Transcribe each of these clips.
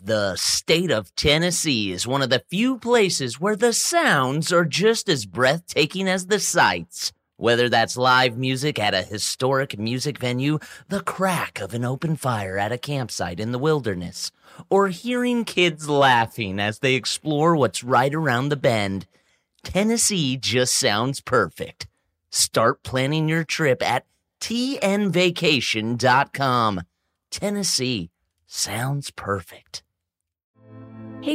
The state of Tennessee is one of the few places where the sounds are just as breathtaking as the sights. Whether that's live music at a historic music venue, the crack of an open fire at a campsite in the wilderness, or hearing kids laughing as they explore what's right around the bend, Tennessee just sounds perfect. Start planning your trip at tnvacation.com. Tennessee sounds perfect. Hey,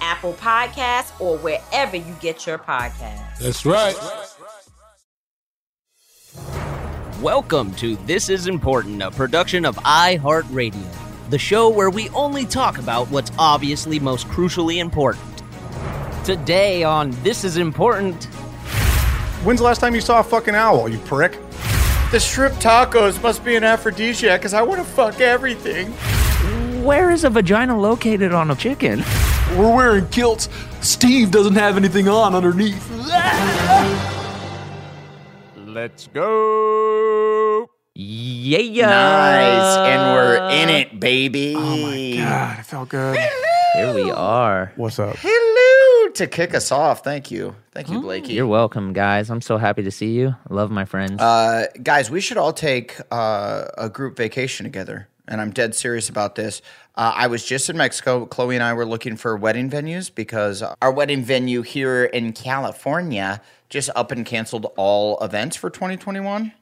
Apple Podcasts, or wherever you get your podcasts. That's right. Welcome to This Is Important, a production of iHeartRadio, the show where we only talk about what's obviously most crucially important. Today on This Is Important, When's the last time you saw a fucking owl, you prick? The shrimp tacos must be an aphrodisiac because I want to fuck everything. Where is a vagina located on a chicken? We're wearing kilts. Steve doesn't have anything on underneath. Let's go. yeah, yeah. Nice, and we're in it, baby. Oh my god, it felt good. Here we are. What's up? Hello to kick us off. Thank you, thank you, Blakey. You're welcome, guys. I'm so happy to see you. Love my friends. Uh, guys, we should all take uh, a group vacation together. And I'm dead serious about this. Uh, I was just in Mexico. Chloe and I were looking for wedding venues because our wedding venue here in California just up and canceled all events for 2021.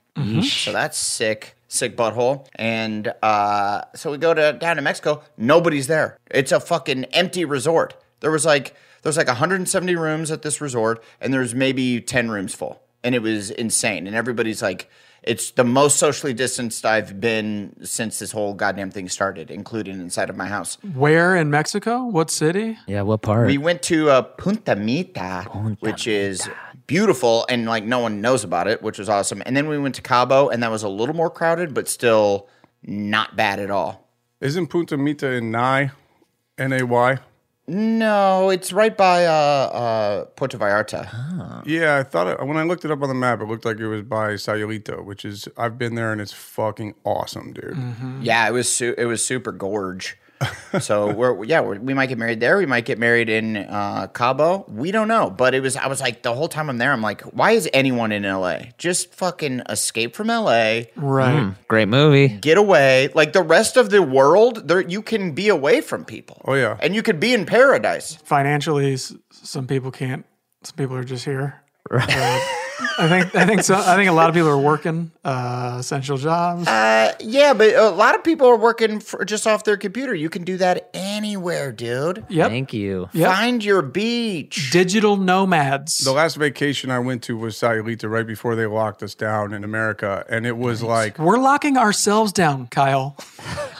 So that's sick, sick butthole. And uh, so we go to down to Mexico. Nobody's there. It's a fucking empty resort. There was like there's like 170 rooms at this resort, and there's maybe 10 rooms full, and it was insane. And everybody's like. It's the most socially distanced I've been since this whole goddamn thing started, including inside of my house. Where in Mexico? What city? yeah, what part? We went to uh, Punta Mita, which is beautiful and like no one knows about it, which was awesome. And then we went to Cabo, and that was a little more crowded, but still not bad at all. Isn't Punta Mita in Nye? N A Y? No, it's right by uh, uh, Puerto Vallarta. Ah. Yeah, I thought it, when I looked it up on the map, it looked like it was by Sayulito, which is I've been there and it's fucking awesome, dude. Mm-hmm. Yeah, it was su- it was super gorge. so we're yeah we're, we might get married there. We might get married in uh, Cabo. We don't know, but it was I was like the whole time I'm there. I'm like, why is anyone in L.A. just fucking escape from L.A. Right. Mm, Great movie. get away. Like the rest of the world, there you can be away from people. Oh, yeah. and you could be in paradise. Financially, s- some people can't. Some people are just here. Uh, I think. I think. So, I think a lot of people are working uh, essential jobs. Uh, yeah, but a lot of people are working for, just off their computer. You can do that anywhere, dude. yep. Thank you. Yep. Find your beach. Digital nomads. The last vacation I went to was Sayulita right before they locked us down in America, and it was like We're locking ourselves down, Kyle.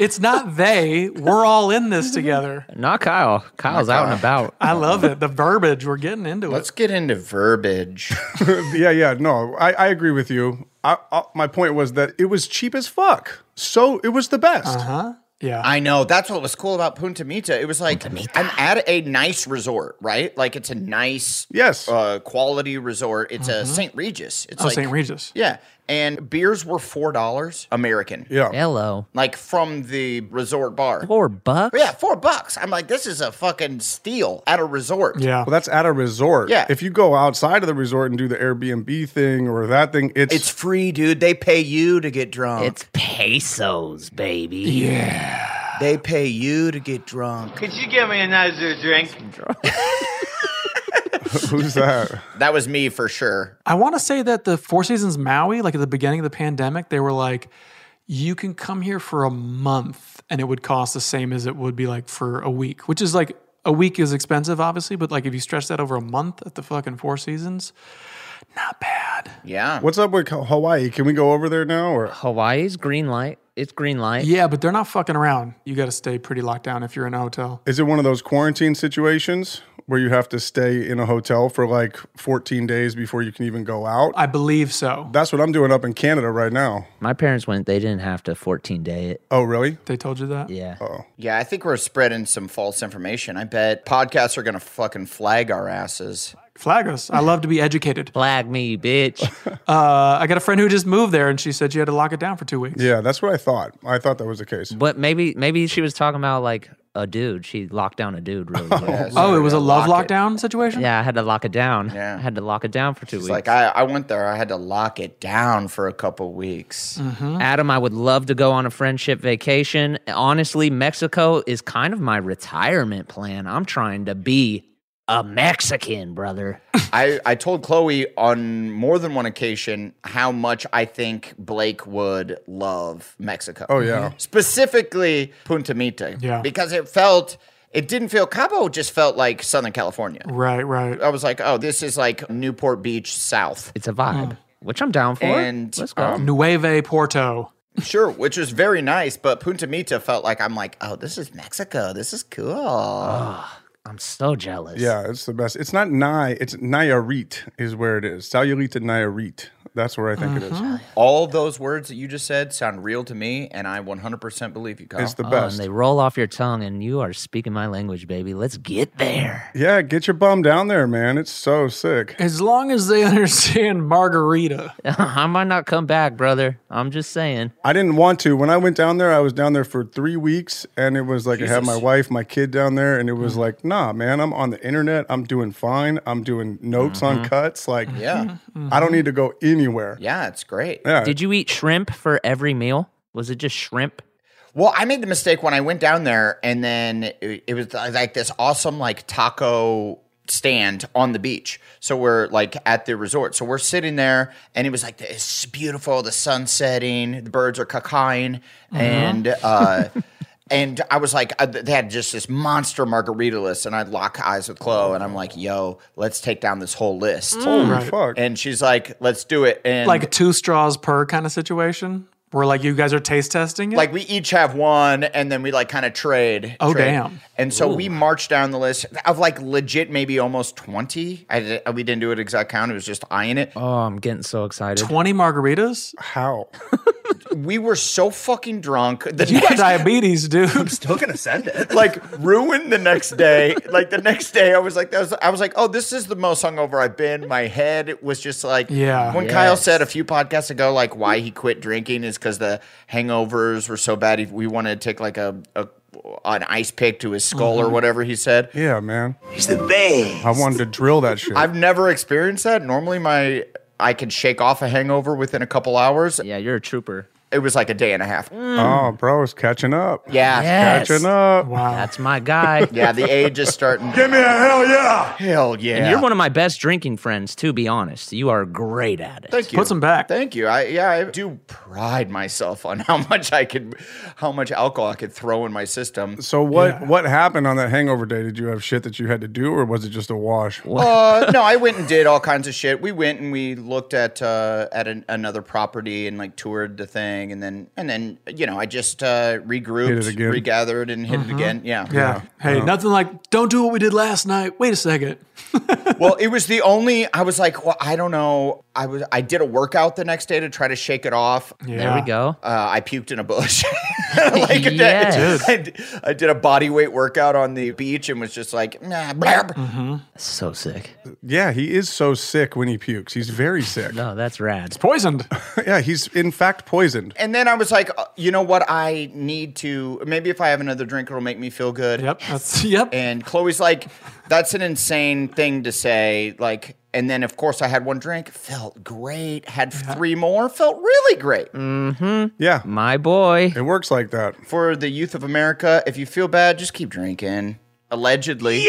It's not they. We're all in this together. Not Kyle. Kyle's out and about. I love it. The verbiage. We're getting into Let's it. get into verbiage. yeah, yeah. No, I, I agree with you. I, I, my point was that it was cheap as fuck, so it was the best. Huh? Yeah. I know. That's what was cool about Punta Mita. It was like I'm at a nice resort, right? Like it's a nice, yes, uh, quality resort. It's a St. Regis. It's Mm-hmm. Oh, like St. Regis. Yeah, and beers were four dollars American. Yeah. Hello. Like from the resort bar. Four bucks? Yeah, four bucks. I'm like, this is a fucking steal at a resort. Well, that's at a resort. Yeah. If you go outside of the resort and do the Airbnb thing or that thing, it's It's free, dude. They pay you to get drunk. It's pesos, baby. Yeah. They pay you to get drunk. Could you give me another drink? Who's that? that was me for sure. I want to say that the Four Seasons Maui, like at the beginning of the pandemic, they were like, you can come here for a month and it would cost the same as it would be like for a week, which is like a week is expensive, obviously, but like if you stretch that over a month at the fucking Four Seasons, Yeah. What's up with Ho- Hawaii? Can we go over there now? Or Hawaii's green light. It's green light. yeah, but they're not fucking around. You got to stay pretty locked down if you're in a hotel. is it one of those quarantine situations where you have to stay in a hotel for like 14 days before you can even go out? I believe so. That's what I'm doing up in Canada right now. My parents went, they didn't have to 14 day it. Oh, really? They told you that? Yeah. Oh. Yeah, I think we're spreading some false information. I bet podcasts are going to fucking flag our asses. Flag us. I love to be educated. Flag me, bitch. uh, I got a friend who just moved there and she said she had to lock it down for two weeks. Yeah, that's what I thought. I thought that was the case. But maybe maybe she was talking about like a dude. She locked down a dude really quick. Oh, it was a love lockdown situation? Yeah, I had to lock it down. Yeah. I had to lock it down for two It's weeks. like, I, I went there. I had to lock it down for a couple weeks. Adam, I would love to go on a friendship vacation. Honestly, Mexico is kind of my retirement plan. I'm trying to be a Mexican, brother. I, I told Chloe on more than one occasion how much I think Blake would love Mexico. Mm-hmm. Oh, yeah. Mhm. Specifically Punta Mita. Yeah. Because it felt, it didn't feel, Cabo just felt like Southern California. Right, right. I was like, oh, this is like Newport Beach South. It's a vibe, which I'm down for. And, Let's go. um, Mm. Nueve Porto. Sure, which is very nice, but Punta Mita felt like I'm like, oh, this is Mexico. This is cool. Ah. I'm so jealous. Yeah, it's the best. It's not Nai, it's Nayarit is where it is. Sayulita Nayarit. That's where I think it Mm-hmm. is. All those words that you just said sound real to me, and I 100% believe you, Kyle. It's the Oh, best. and they roll off your tongue, and you are speaking my language, baby. Let's get there. yeah, get your bum down there, man. It's so sick. As long as they understand margarita. I might not come back, brother. I'm just saying. I didn't want to. When I went down there, I was down there for three weeks, and it was like I had my Jesus. wife, my kid down there, and it was like, nah, man, I'm on the internet. I'm doing fine. I'm doing notes on cuts. Like, Yeah. I Mm-hmm. don't need to go anywhere. Yeah, it's great. Yeah. Did you eat shrimp for every meal? Was it just shrimp? Well, I made the mistake when I went down there, and then it, it was like this awesome like taco stand on the beach. So we're like at the resort. So we're sitting there, and it was like this beautiful. The sun setting, the birds are cacaing, Mm-hmm. and uh, and I was like, uh, they had just this monster margarita list, and I lock eyes with Chloe, and I'm like, yo, let's take down this whole list. Holy fuck. And she's like, let's do it. And like a two straws per kind of situation where like you guys are taste testing it. Like we each have one, and then we like kind of trade. Oh, trade. damn. And so we marched down the list of like legit maybe almost twenty. I di- we didn't do an exact count; it was just eyeing it. Oh, I'm getting so excited. 20 margaritas? How? We were so fucking drunk. The You got next, diabetes, dude. Still gonna send it. like ruined the next day. Like the next day, I was like, that was, I was like, oh, this is the most hungover I've been. My head was just like, Yeah. When Kyle Yes. said a few podcasts ago, like why he quit drinking is because the hangovers were so bad. He, we wanted to take like a, a an ice pick to his skull Mm-hmm. or whatever he said. Yeah, man. He's the best. I wanted to drill that shit. I've never experienced that. Normally, my I can shake off a hangover within a couple hours. Yeah, you're a trooper. It was like a day and a half. oh, bro, it's catching up. Yeah, Yes. Catching up. Wow. That's my guy. yeah. The age is starting. Give me a hell yeah! Hell yeah! And you're one of my best drinking friends, to be honest. You are great at it. Thank you. Put some back. Thank you. I yeah, I do pride myself on how much I could, how much alcohol I could throw in my system. So what what happened on that hangover day? Did you have shit that you had to do, or was it just a wash? Uh, no, I went and did all kinds of shit. We went and we looked at uh, at an, another property and like toured the thing, and then and then you know I just uh, Hit regrouped, it again. regathered, and hit it again. Yeah, Oh. Yeah. Hey, nothing like don't do what we did last night. Wait a second. well, it was the only. I was like, well, I don't know. I was. I did a workout the next day to try to shake it off. There we go. Uh, I puked in a bush. like yes. I, did, I did a body weight workout on the beach and was just like, nah, blab. So sick. Yeah, he is so sick when he pukes. He's very sick. no, that's rad. It's poisoned. yeah, he's in fact poisoned. And then I was like, uh, you know what? I need to. Maybe if I have another drink, it'll make me feel good. Yep. That's, yep. And Chloe's like, that's an insane thing to say. Like, and then of course I had one drink, felt great. Had three more, felt really great. Mm-hmm. Yeah. My boy. It works like that. For the youth of America, if you feel bad, just keep drinking. Allegedly.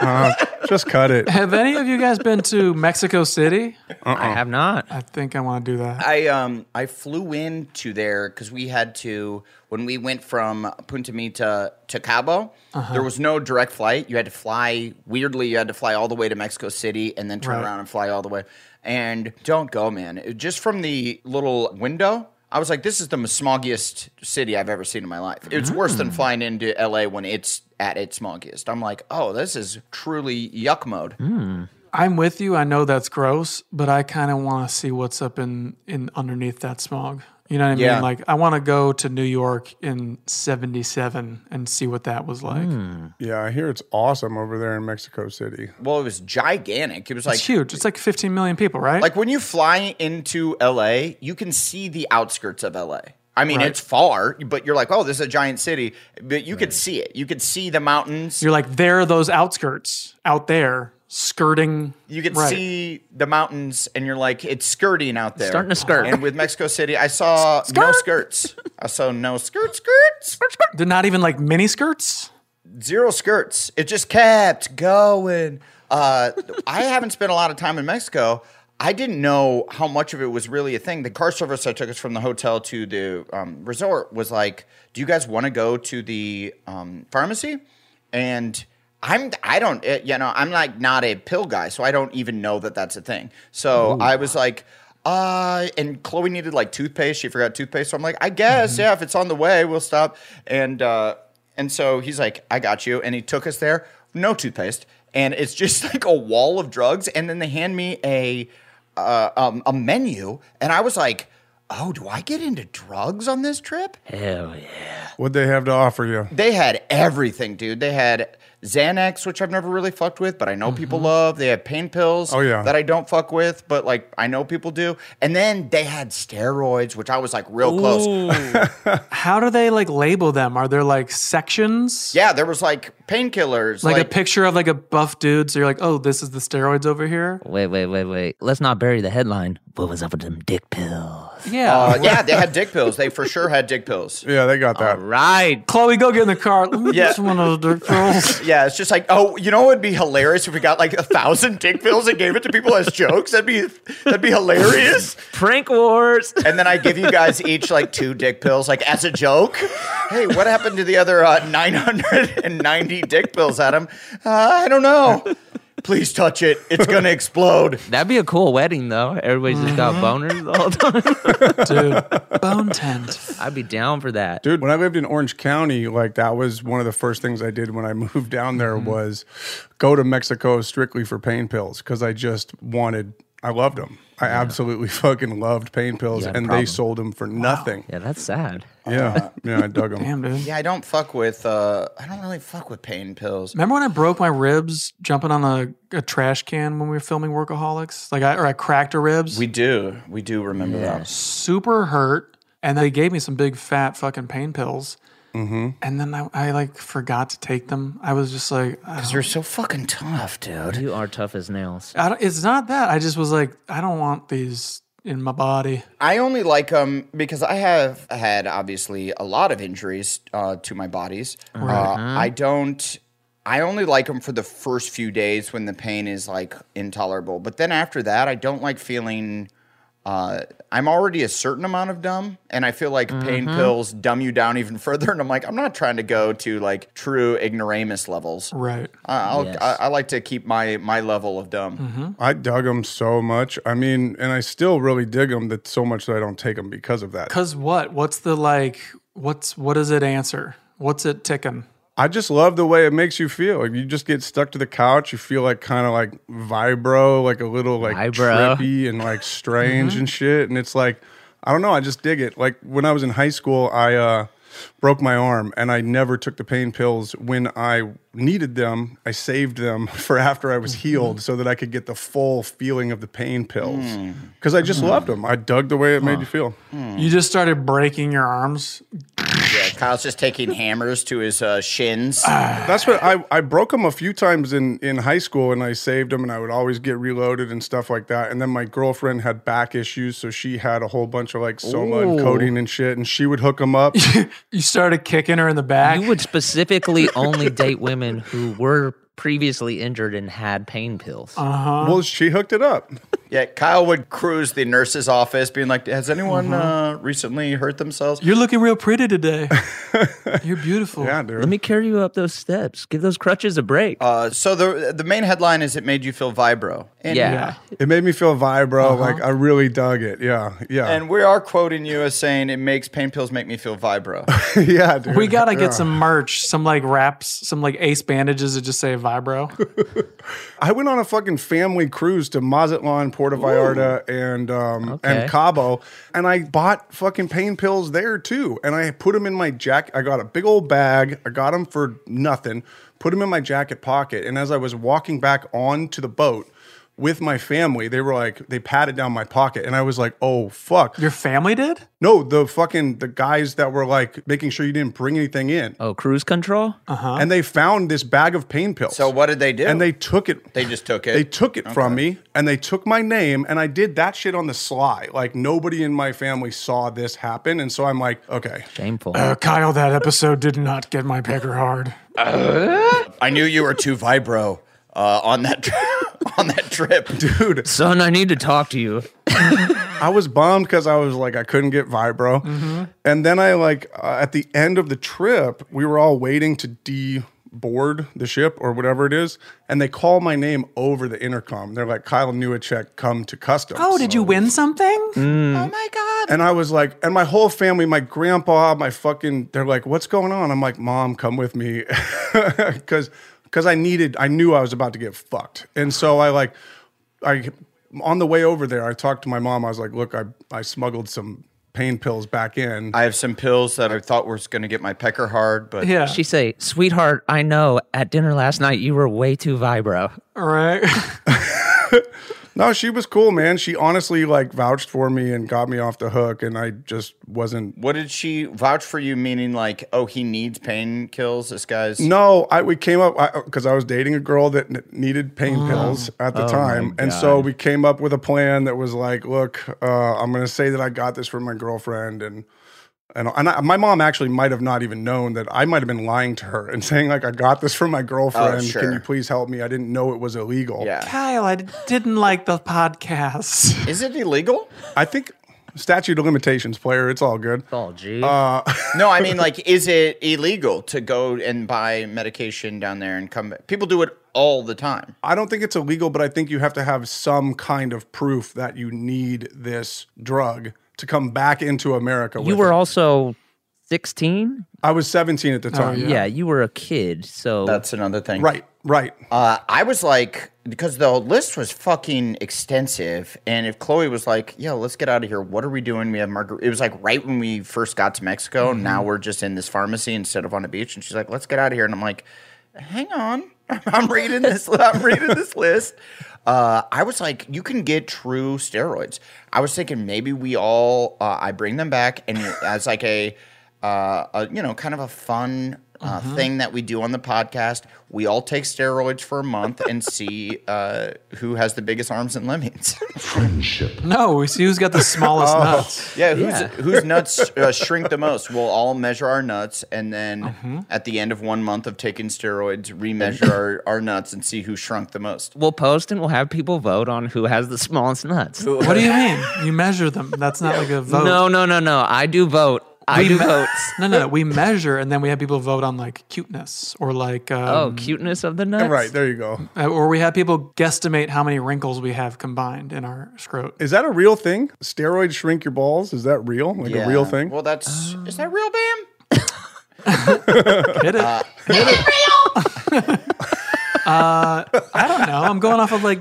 Uh, just cut it. Uh-uh. Have any of you guys been to Mexico City? I have not. I think I want to do that. I um I flew into there because we had to when we went from Punta Mita to Cabo. Uh-huh. There was no direct flight. You had to fly weirdly. You had to fly all the way to Mexico City and then turn Right. around and fly all the way. And don't go, man. It- just from the little window, I was like, this is the smoggiest city I've ever seen in my life. It's worse Mm. than flying into LA when it's at its smoggiest. I'm like, oh, this is truly yuck mode. Hmm. I'm with you. I know that's gross, but I kind of want to see what's up in in underneath that smog. You know what I Yeah. mean? Like I want to go to New York in 77 and see what that was like. Hmm. Yeah, I hear it's awesome over there in Mexico City. Well, it was gigantic. It was like it's huge. It's like 15 million people, right? Like when you fly into LA, you can see the outskirts of LA. I mean, Right. it's far, but you're like, oh, this is a giant city. But you could see it. You could see the mountains. You're like there are those outskirts out there skirting you could right. see the mountains, and you're like, it's skirting out there. Starting to skirt. And with Mexico City, I saw no skirts. I saw no skirt, skirt, skirt, skirt, They're not even like mini skirts. zero skirts. It just kept going. Uh, I haven't spent a lot of time in Mexico. I didn't know how much of it was really a thing. The car service that took us from the hotel to the um, resort was like, "Do you guys want to go to the um, pharmacy?" And I'm, I don't, eh, you know, I'm like not a pill guy, so I don't even know that that's a thing. So I was like, uh, and Chloe needed like toothpaste. She forgot toothpaste. So I'm like, I guess, Mm-hmm. yeah, if it's on the way, we'll stop. And, uh, and so he's like, I got you. And he took us there, no toothpaste. And it's just like a wall of drugs. And then they hand me a, uh, um, a menu. And I was like, oh, do I get into drugs on this trip? Hell yeah. What'd they have to offer you? They had everything, dude. They had Xanax, which I've never really fucked with, but I know people love. They had pain pills Mm-hmm. Oh, yeah. that I don't fuck with, but like I know people do. And then they had steroids, which I was like real close. How do they like label them? Are there like sections? Yeah, there was like painkillers. Like, a picture of like a buff dude, so you're like, oh, this is the steroids over here. Wait, wait, wait, wait. Let's not bury the headline. What was up with them dick pills? Yeah. Uh, yeah, they had dick pills. They for sure had dick pills. Yeah, they got that. Right. Chloe, go get in the car. Let me Yeah. get one of those dirt pills. Yeah, it's just like, oh, you know what would be hilarious if we got like a thousand dick pills and gave it to people as jokes? That'd be that'd be hilarious. Prank wars. And then I give you guys each like two dick pills, like as a joke. Hey, what happened to the other uh, 990 dick pills, Adam? Uh, I don't know. Please touch it. It's gonna explode. That'd be a cool wedding, though. Everybody's just got boners the whole time. Dude, bone tent. I'd be down for that. Dude, when I lived in Orange County, like that was one of the first things I did when I moved down there was go to Mexico strictly for pain pills because I just wanted, I loved them. I absolutely fucking loved pain pills You had a and problem. they sold them for nothing. Yeah, that's sad. Yeah. Yeah, I dug them. Damn, dude. Yeah, I don't fuck with. Uh, I don't really fuck with pain pills. Remember when I broke my ribs jumping on a, a trash can when we were filming Workaholics? Like, I, or I cracked a ribs. We do. We do remember that. super hurt, and they gave me some big fat fucking pain pills. Mm-hmm. And then I, I like forgot to take them. I was just like, I Because don't- you're so fucking tough, dude. You are tough as nails. I don't- it's not that. I just was like, I don't want these in my body. I only like them because I have had obviously a lot of injuries uh, to my bodies. Uh, I don't. I only like them for the first few days when the pain is like intolerable, but then after that, I don't like feeling. Uh, I'm already a certain amount of dumb, and I feel like pain pills dumb you down even further. And I'm like, I'm not trying to go to like true ignoramus levels. Right. I- I'll, Yes. I, I like to keep my my level of dumb. I dug them so much. I mean, and I still really dig them that so much that I don't take them because of that. Cause what? What's the like? What's what does it answer? What's it ticking? I just love the way it makes you feel. If you just get stuck to the couch, you feel like kind of like vibro, like a little like Vibro. trippy and like strange Uh-huh. and shit. And it's like, I don't know, I just dig it. Like when I was in high school, I uh, broke my arm and I never took the pain pills when I needed them. I saved them for after I was Mm-hmm. healed so that I could get the full feeling of the pain pills because I just Mm. loved them. I dug the way it made Huh. you feel. Hmm. You just started breaking your arms. Yeah, Kyle's just taking hammers to his uh, shins. That's what I, I broke them a few times in, in high school and I saved them and I would always get reloaded and stuff like that. And then my girlfriend had back issues, so she had a whole bunch of like soma and Ooh. codeine and shit, and she would hook them up. You started kicking her in the back. You would specifically only date women who were previously injured and had pain pills. Uh-huh. Well, she hooked it up. Yeah, Kyle would cruise the nurse's office, being like, "Has anyone uh Uh-huh. Mhm. recently hurt themselves?" You're looking real pretty today. You're beautiful. Yeah, dude. Let me carry you up those steps. Give those crutches a break. Uh, so the the main headline is it made you feel vibro. And, It made me feel vibro. Uh-huh. Like I really dug it. Yeah. Yeah. And we are quoting you as saying it makes pain pills make me feel vibro. yeah, dude. We gotta Yeah. get some merch, some like wraps, some like ace bandages that just say vibro. I went on a fucking family cruise to Mazatlan, Puerto Vallarta, and um, Okay. and Cabo, and I bought fucking pain pills there too, and I put them in my jacket. I got a big old bag. I got them for nothing. Put them in my jacket pocket, and as I was walking back onto the boat with my family, they were like they patted down my pocket, and I was like, oh fuck. Your family did? No, the fucking the guys that were like making sure you didn't bring anything in. Oh, cruise control. Uh-huh. And they found this bag of pain pills. So what did they do? And they took it. They just took it. They took it from me and they took my name and I did that shit on the sly. Like nobody in my family saw this happen. And so I'm like, okay. Shameful. Uh, Kyle, that episode did not get my pecker hard. I knew you were too vibro uh, on that on that trip. Dude. Son, I need to talk to you. I was bummed because I was like, I couldn't get Vibro. And then I like, uh, at the end of the trip, we were all waiting to deboard the ship or whatever it is. And they call my name over the intercom. They're like, Kyle Newacek, come to customs. Oh, did you win something? Mm. Oh my God. And I was like, and my whole family, my grandpa, my fucking, they're like, what's going on? I'm like, mom, come with me. Cause, cause I needed, I knew I was about to get fucked. And so I like, I, on the way over there, I talked to my mom. I was like, look, I, I smuggled some pain pills back in. I have some pills that I thought were going to get my pecker hard, but She say, sweetheart, I know at dinner last night you were way too vibro. All right. No, she was cool, man. She honestly like vouched for me and got me off the hook. And I just wasn't, What did she vouch for you? Meaning like, oh, he needs pain kills. This guy's No, I we came up because I, was dating a girl that n- needed pain Ah. pills at the Oh my time, and so we came up with a plan that was like, look, uh, I'm going to say that I got this from my girlfriend, and and and I, my mom actually might have not even known that I might have been lying to her and saying like, I got this from my girlfriend. Can Oh, sure. you please help me? I didn't know it was illegal. Yeah, Kyle, I didn't like the podcast. Is it illegal? I think statute of limitations, player. It's all good. Oh, gee. Uh, no, I mean, like, is it illegal to go and buy medication down there and come back? People do it all the time. I don't think it's illegal, but I think you have to have some kind of proof that you need this drug to come back into America. You With were also 16? I was 17 at the time. Oh, yeah. you were a kid. So That's another thing. Right, right. Uh, I was like, because the list was fucking extensive. And if Chloe was like, yo, let's get out of here. What are we doing? We have margar. It was like right when we first got to Mexico. And Mm-hmm. now we're just in this pharmacy instead of on a beach. And she's like, let's get out of here. And I'm like, hang on. I'm reading this. I'm reading this list. Uh, I was like, you can get true steroids. I was thinking maybe we all, uh, I bring them back and as like a, uh, a, you know, kind of a fun uh, Mm-hmm. thing that we do on the podcast. We all take steroids for a month and see uh, who has the biggest arms and lemmings. No, we see who's got the smallest Oh. nuts. Yeah, who's, whose nuts uh, shrink the most? We'll all measure our nuts, and then Mm-hmm. at the end of one month of taking steroids, remeasure our, our nuts and see who shrunk the most. we'll post and we'll have people vote on who has the smallest nuts. What do you mean? You measure them. That's not like a vote. No, no, no, no. I do vote. I We do me- votes. No, no, no. We measure and then we have people vote on like cuteness or like. Um, Oh, cuteness of the nuts. Right, there you go. uh, Or we have people guesstimate how many wrinkles we have combined in our scrot. Is that a real thing? Steroids shrink your balls? Is that real? Like a real thing? Well, that's is that real, Bam? Hit it. Uh, Hit it. uh, I don't know. I'm going off of like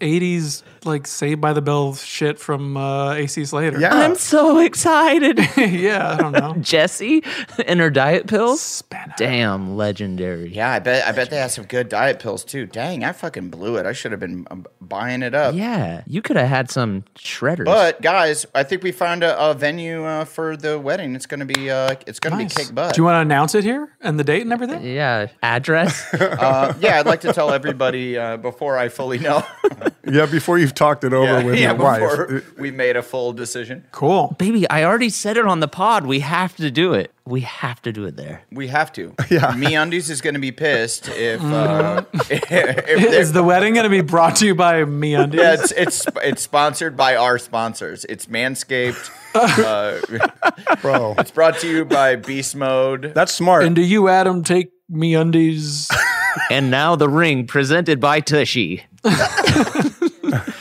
80s, like Saved by the Bell shit from uh, AC Slater. I'm so excited. yeah, I don't know. Jesse and her diet pills. Damn, legendary. Yeah, I bet I bet they had some good diet pills too. Dang, I fucking blew it. I should have been um, buying it up. Yeah, you could have had some shredders. But guys, I think we found a, a venue uh, for the wedding. It's gonna be uh, it's gonna be kick butt. Do you want to announce it here and the date and everything? Yeah, address. uh, yeah, I'd like to tell everybody uh, before I fully know. yeah, before you've talked it over with yeah, your wife. before we made a full decision. Cool. Baby, I already said it on the pod. We have to do it. We have to do it there. We have to. Yeah. Me undies is going to be pissed if uh, if, Is if the wedding going to be brought to you by me undies? yeah, it's, it's it's sponsored by our sponsors. It's Manscaped. uh, Bro. It's brought to you by Beast Mode. That's smart. and do you, Adam, take me undies? and now the ring presented by Tushy.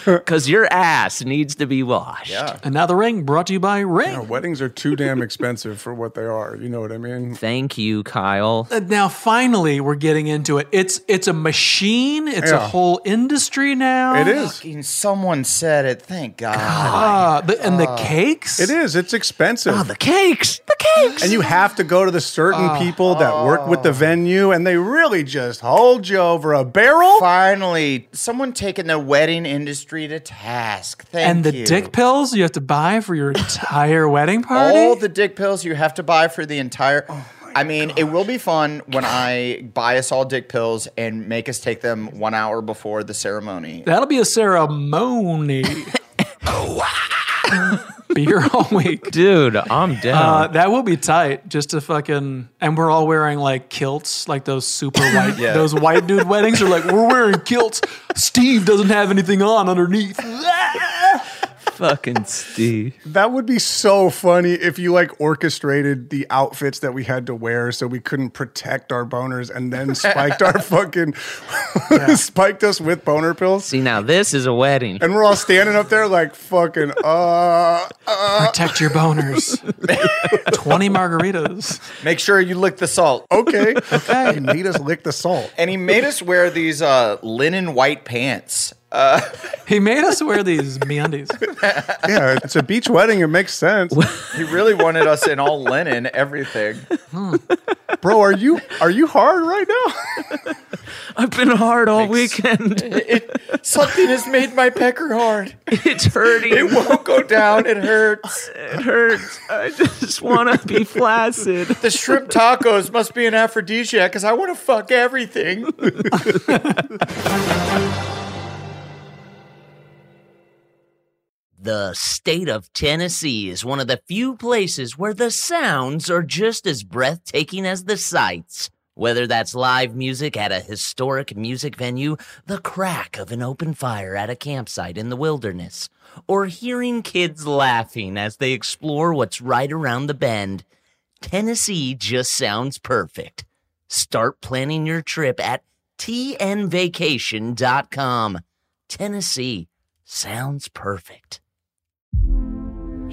Because your ass needs to be washed. Yeah. and now the ring brought to you by Ring. Yeah, weddings are too damn expensive for what they are. You know what I mean? Thank you, Kyle. Uh, now finally we're getting into it. It's it's a machine. It's a Yeah. whole industry now. It is. Fucking someone said it. Thank God. Ah, the, and the cakes. Ah, It is. It's expensive. Oh, the cakes. The cakes. and you have to go to the certain people that work with the venue, and they really just hold you over a barrel. Finally, someone taking the wedding industry to task. Thank and the you. dick pills you have to buy for your entire wedding party. Oh All the dick pills you have to buy for the entire. I mean, it will be fun when I buy us all dick pills and make us take them one hour before the ceremony. That'll be a ceremony. Beer all week. Dude, I'm down. Uh, that will be tight. Just to fucking and we're all wearing like kilts, like those super white. Yeah. Those white dude weddings are like we're wearing kilts. Steve doesn't have anything on underneath. Fucking Steve. That would be so funny if you like orchestrated the outfits that we had to wear so we couldn't protect our boners and then spiked our fucking spiked us with boner pills. See, now this is a wedding. And we're all standing up there like fucking uh Protect your boners. 20 margaritas. Make sure you lick the salt. okay. okay. And made us lick the salt. And he made us wear these uh, linen white pants. Uh, He made us wear these meandies. Yeah, it's a beach wedding, it makes sense. He really wanted us in all linen, everything. Bro, are you are you hard right now? I've been hard all weekend. Something has made my pecker hard. it's hurting. It won't go down. It hurts. It hurts. I just want to be flaccid. The shrimp tacos must be an aphrodisiac because I want to fuck everything. The state of Tennessee is one of the few places where the sounds are just as breathtaking as the sights. Whether that's live music at a historic music venue, the crack of an open fire at a campsite in the wilderness, or hearing kids laughing as they explore what's right around the bend, Tennessee just sounds perfect. Start planning your trip at tnvacation.com. Tennessee sounds perfect.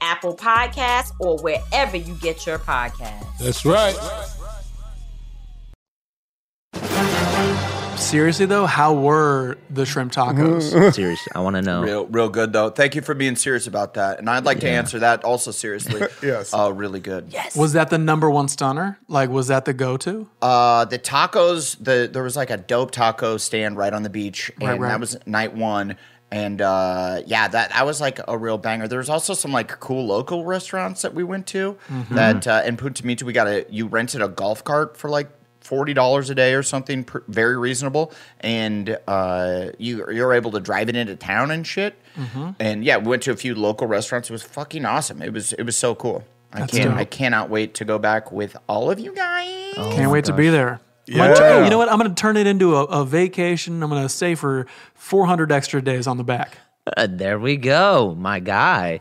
Apple Podcasts, or wherever you get your podcasts. That's right. Seriously though, how were the shrimp tacos? Seriously, I want to know. Real, real good though. Thank you for being serious about that, and I'd like to Yeah. answer that also seriously. yes, uh, really good. Yes. Was that the number one stunner? Like, was that the Oh go-to? Uh, the tacos, the there was like a dope taco stand right on the beach, and Right, right. that was night one. And uh, yeah, that that was like a real banger. There was also some like cool local restaurants that we went to. Mhm. Mm-hmm. That uh, in Punta Mita, we got a you rented a golf cart for like forty dollars a day or something, pr- very reasonable. And uh, you you're able to drive it into town and shit. Mm-hmm. And yeah, we went to a few local restaurants. It was fucking awesome. It was it was so cool. I That's can't dope. I cannot wait to go back with all of you guys. Can't wait to be there. Yeah. I'm gonna- you know what? I'm going to turn it into a, a vacation. I'm going to stay for 400 extra days on the back. Uh, there we go, my guy.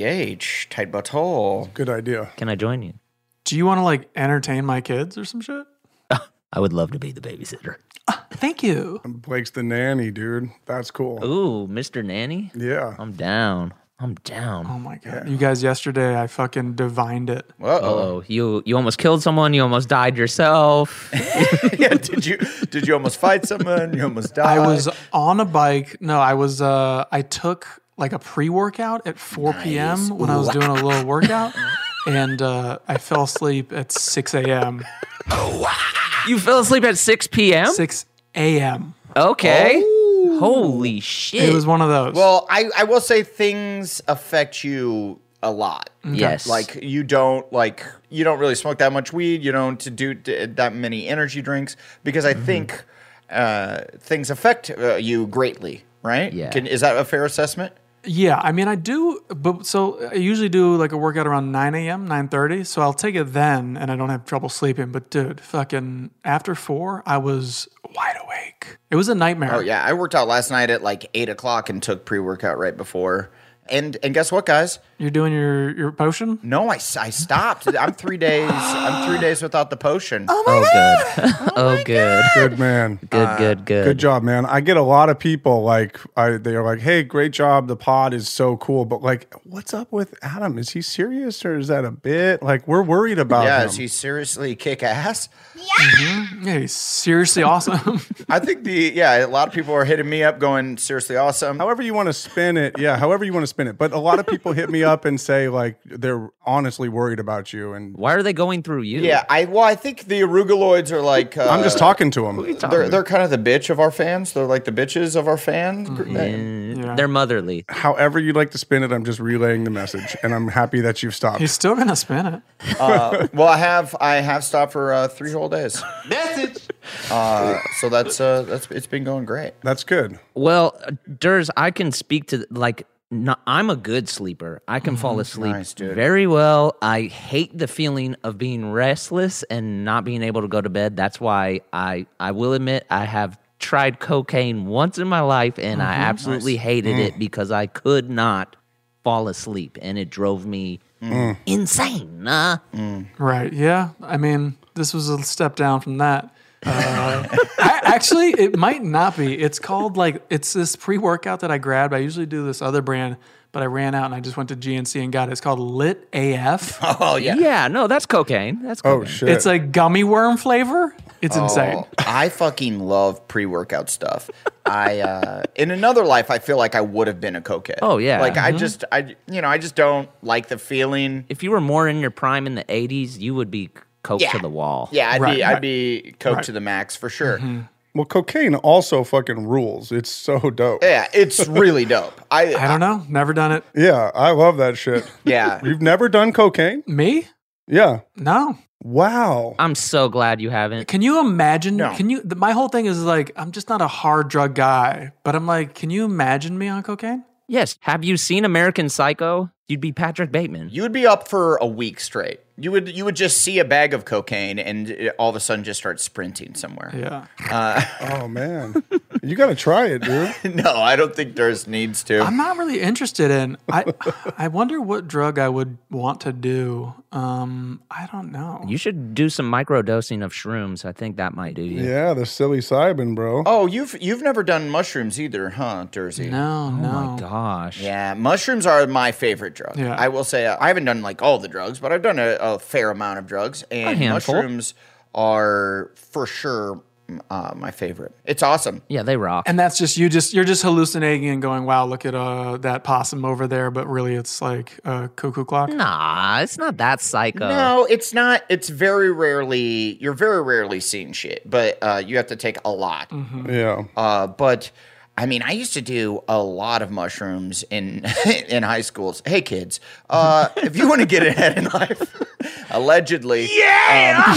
TBH, tight butthole. Good idea. Can I join you? Do you want to like entertain my kids or some shit? I would love to be the babysitter. Thank you. Blake's the nanny, dude. That's cool. Ooh, Mr. Nanny? Yeah. I'm down. I'm down. Oh my god. You guys, yesterday I fucking divined it. oh. You you almost killed someone, you almost died yourself. yeah, did you did you almost fight someone? You almost I died. was on a bike. No, I was. Uh, I took like a pre-workout at 4 Nice. p.m. when I was Ooh. doing a little workout, and uh, I fell asleep at 6 a.m. You fell asleep at 6 p.m. 6 a.m. Okay. Holy shit. It was one of those. Well, I, I will say things affect you a lot. Okay. Yes. Like you don't like you don't really smoke that much weed. You don't do d- that many energy drinks because I Mm-hmm. think uh, things affect uh, you greatly. Right? Yeah. Can, is that a fair assessment? Yeah, I mean, I do, but so I usually do like a workout around 9 a.m., 9.30, so I'll take it then, and I don't have trouble sleeping, but dude, fucking after 4, I was wide awake. It was a nightmare. Oh yeah, I worked out last night at like eight o'clock and took pre workout right before. And and guess what, guys? You're doing your, your potion? No, I, s- I stopped. I'm three days. I'm three days without the potion. Oh my god. Oh, good. Good man. Uh, Good, good, good. Good job, man. I get a lot of people like I they are like, "Hey, great job. The pod is so cool." But like, what's up with Adam? Is he serious or is that a bit? Like, we're worried about yeah, him. is he seriously kick ass? Yeah, he's seriously awesome. I think the yeah, a lot of people are hitting me up going seriously awesome. However you want to spin it, yeah. However you want to spin it, but a lot of people hit me up and say like they're honestly worried about you. And why are they going through you? Yeah, I well, I think the arugaloids are like uh, I'm just talking to him. Mm-hmm. They're they're kind of the bitch of our fans. They're like the bitches of our fan. gr- yeah. They're motherly. However you'd like to spin it, I'm just relaying the message, and I'm happy that you've stopped. He's still gonna spin it. Uh, well, I have I have stopped for uh, three whole days. Message. Uh, so that's uh, that's it's been going great. That's good. Well, Durs, I can speak to like no, I'm a good sleeper. I can fall asleep Mm-hmm. Nice, dude. very well. I hate the feeling of being restless and not being able to go to bed. That's why I I will admit I have tried cocaine once in my life and I Mm-hmm. Mhm. absolutely Nice. hated Mm. it because I could not fall asleep and it drove me Mm. insane. Uh, Mm. Right. Yeah. I mean, this was a step down from that. Uh, I, actually, it might not be. It's called like it's this pre-workout that I grabbed. I usually do this other brand, but I ran out and I just went to GNC and got it. It's called Lit AF. Oh yeah. Yeah, no, that's cocaine. That's cocaine. It's like gummy worm flavor. It's Oh, insane. I fucking love pre-workout stuff. I uh, in another life, I feel like I would have been a cokehead. Oh, yeah. like I Mhm. just I you know I just don't like the feeling. If you were more in your prime in the 80s, you would be coke Yeah. to the wall. Yeah, I'd Right, be right. I'd be coke Right. to the max for sure. Mm-hmm. Well, cocaine also fucking rules. It's so dope. Yeah, it's really dope. I I don't know. Never done it. Yeah, I love that shit. Yeah. You've never done cocaine? Me? Yeah. No. Wow. I'm so glad you haven't. Can you imagine? No. Can you? th- My whole thing is like, I'm just not a hard drug guy, but I'm like, can you imagine me on cocaine? Yes. Have you seen American Psycho? You'd be Patrick Bateman. You would be up for a week straight. You would you would just see a bag of cocaine and uh, all of a sudden just start sprinting somewhere. Yeah. Uh, oh man, you gotta try it, dude. no, I don't think Durst needs to. I'm not really interested in. I I wonder what drug I would want to do. Um, I don't know. You should do some microdosing of shrooms. I think that might do you. Yeah, the silly Cybin, bro. Oh, you've you've never done mushrooms either, huh, Dursey? No, Oh my gosh. Yeah, mushrooms are my favorite drug. Yeah. I will say uh, I haven't done like all the drugs, but I've done a, a fair amount of drugs, and handful. mushrooms are for sure mm, uh, my favorite. It's awesome. Yeah, they rock. And that's just you. Just you're just hallucinating and going, "Wow, look at uh that possum over there." But really, it's like a cuckoo clock. Nah, it's not that psycho. No, it's not. It's very rarely. You're very rarely seeing shit, but uh, you have to take a lot. Yeah. Uh, but I mean, I used to do a lot of mushrooms in in high schools. Hey, kids, uh, if you want to get ahead in life, allegedly, yeah.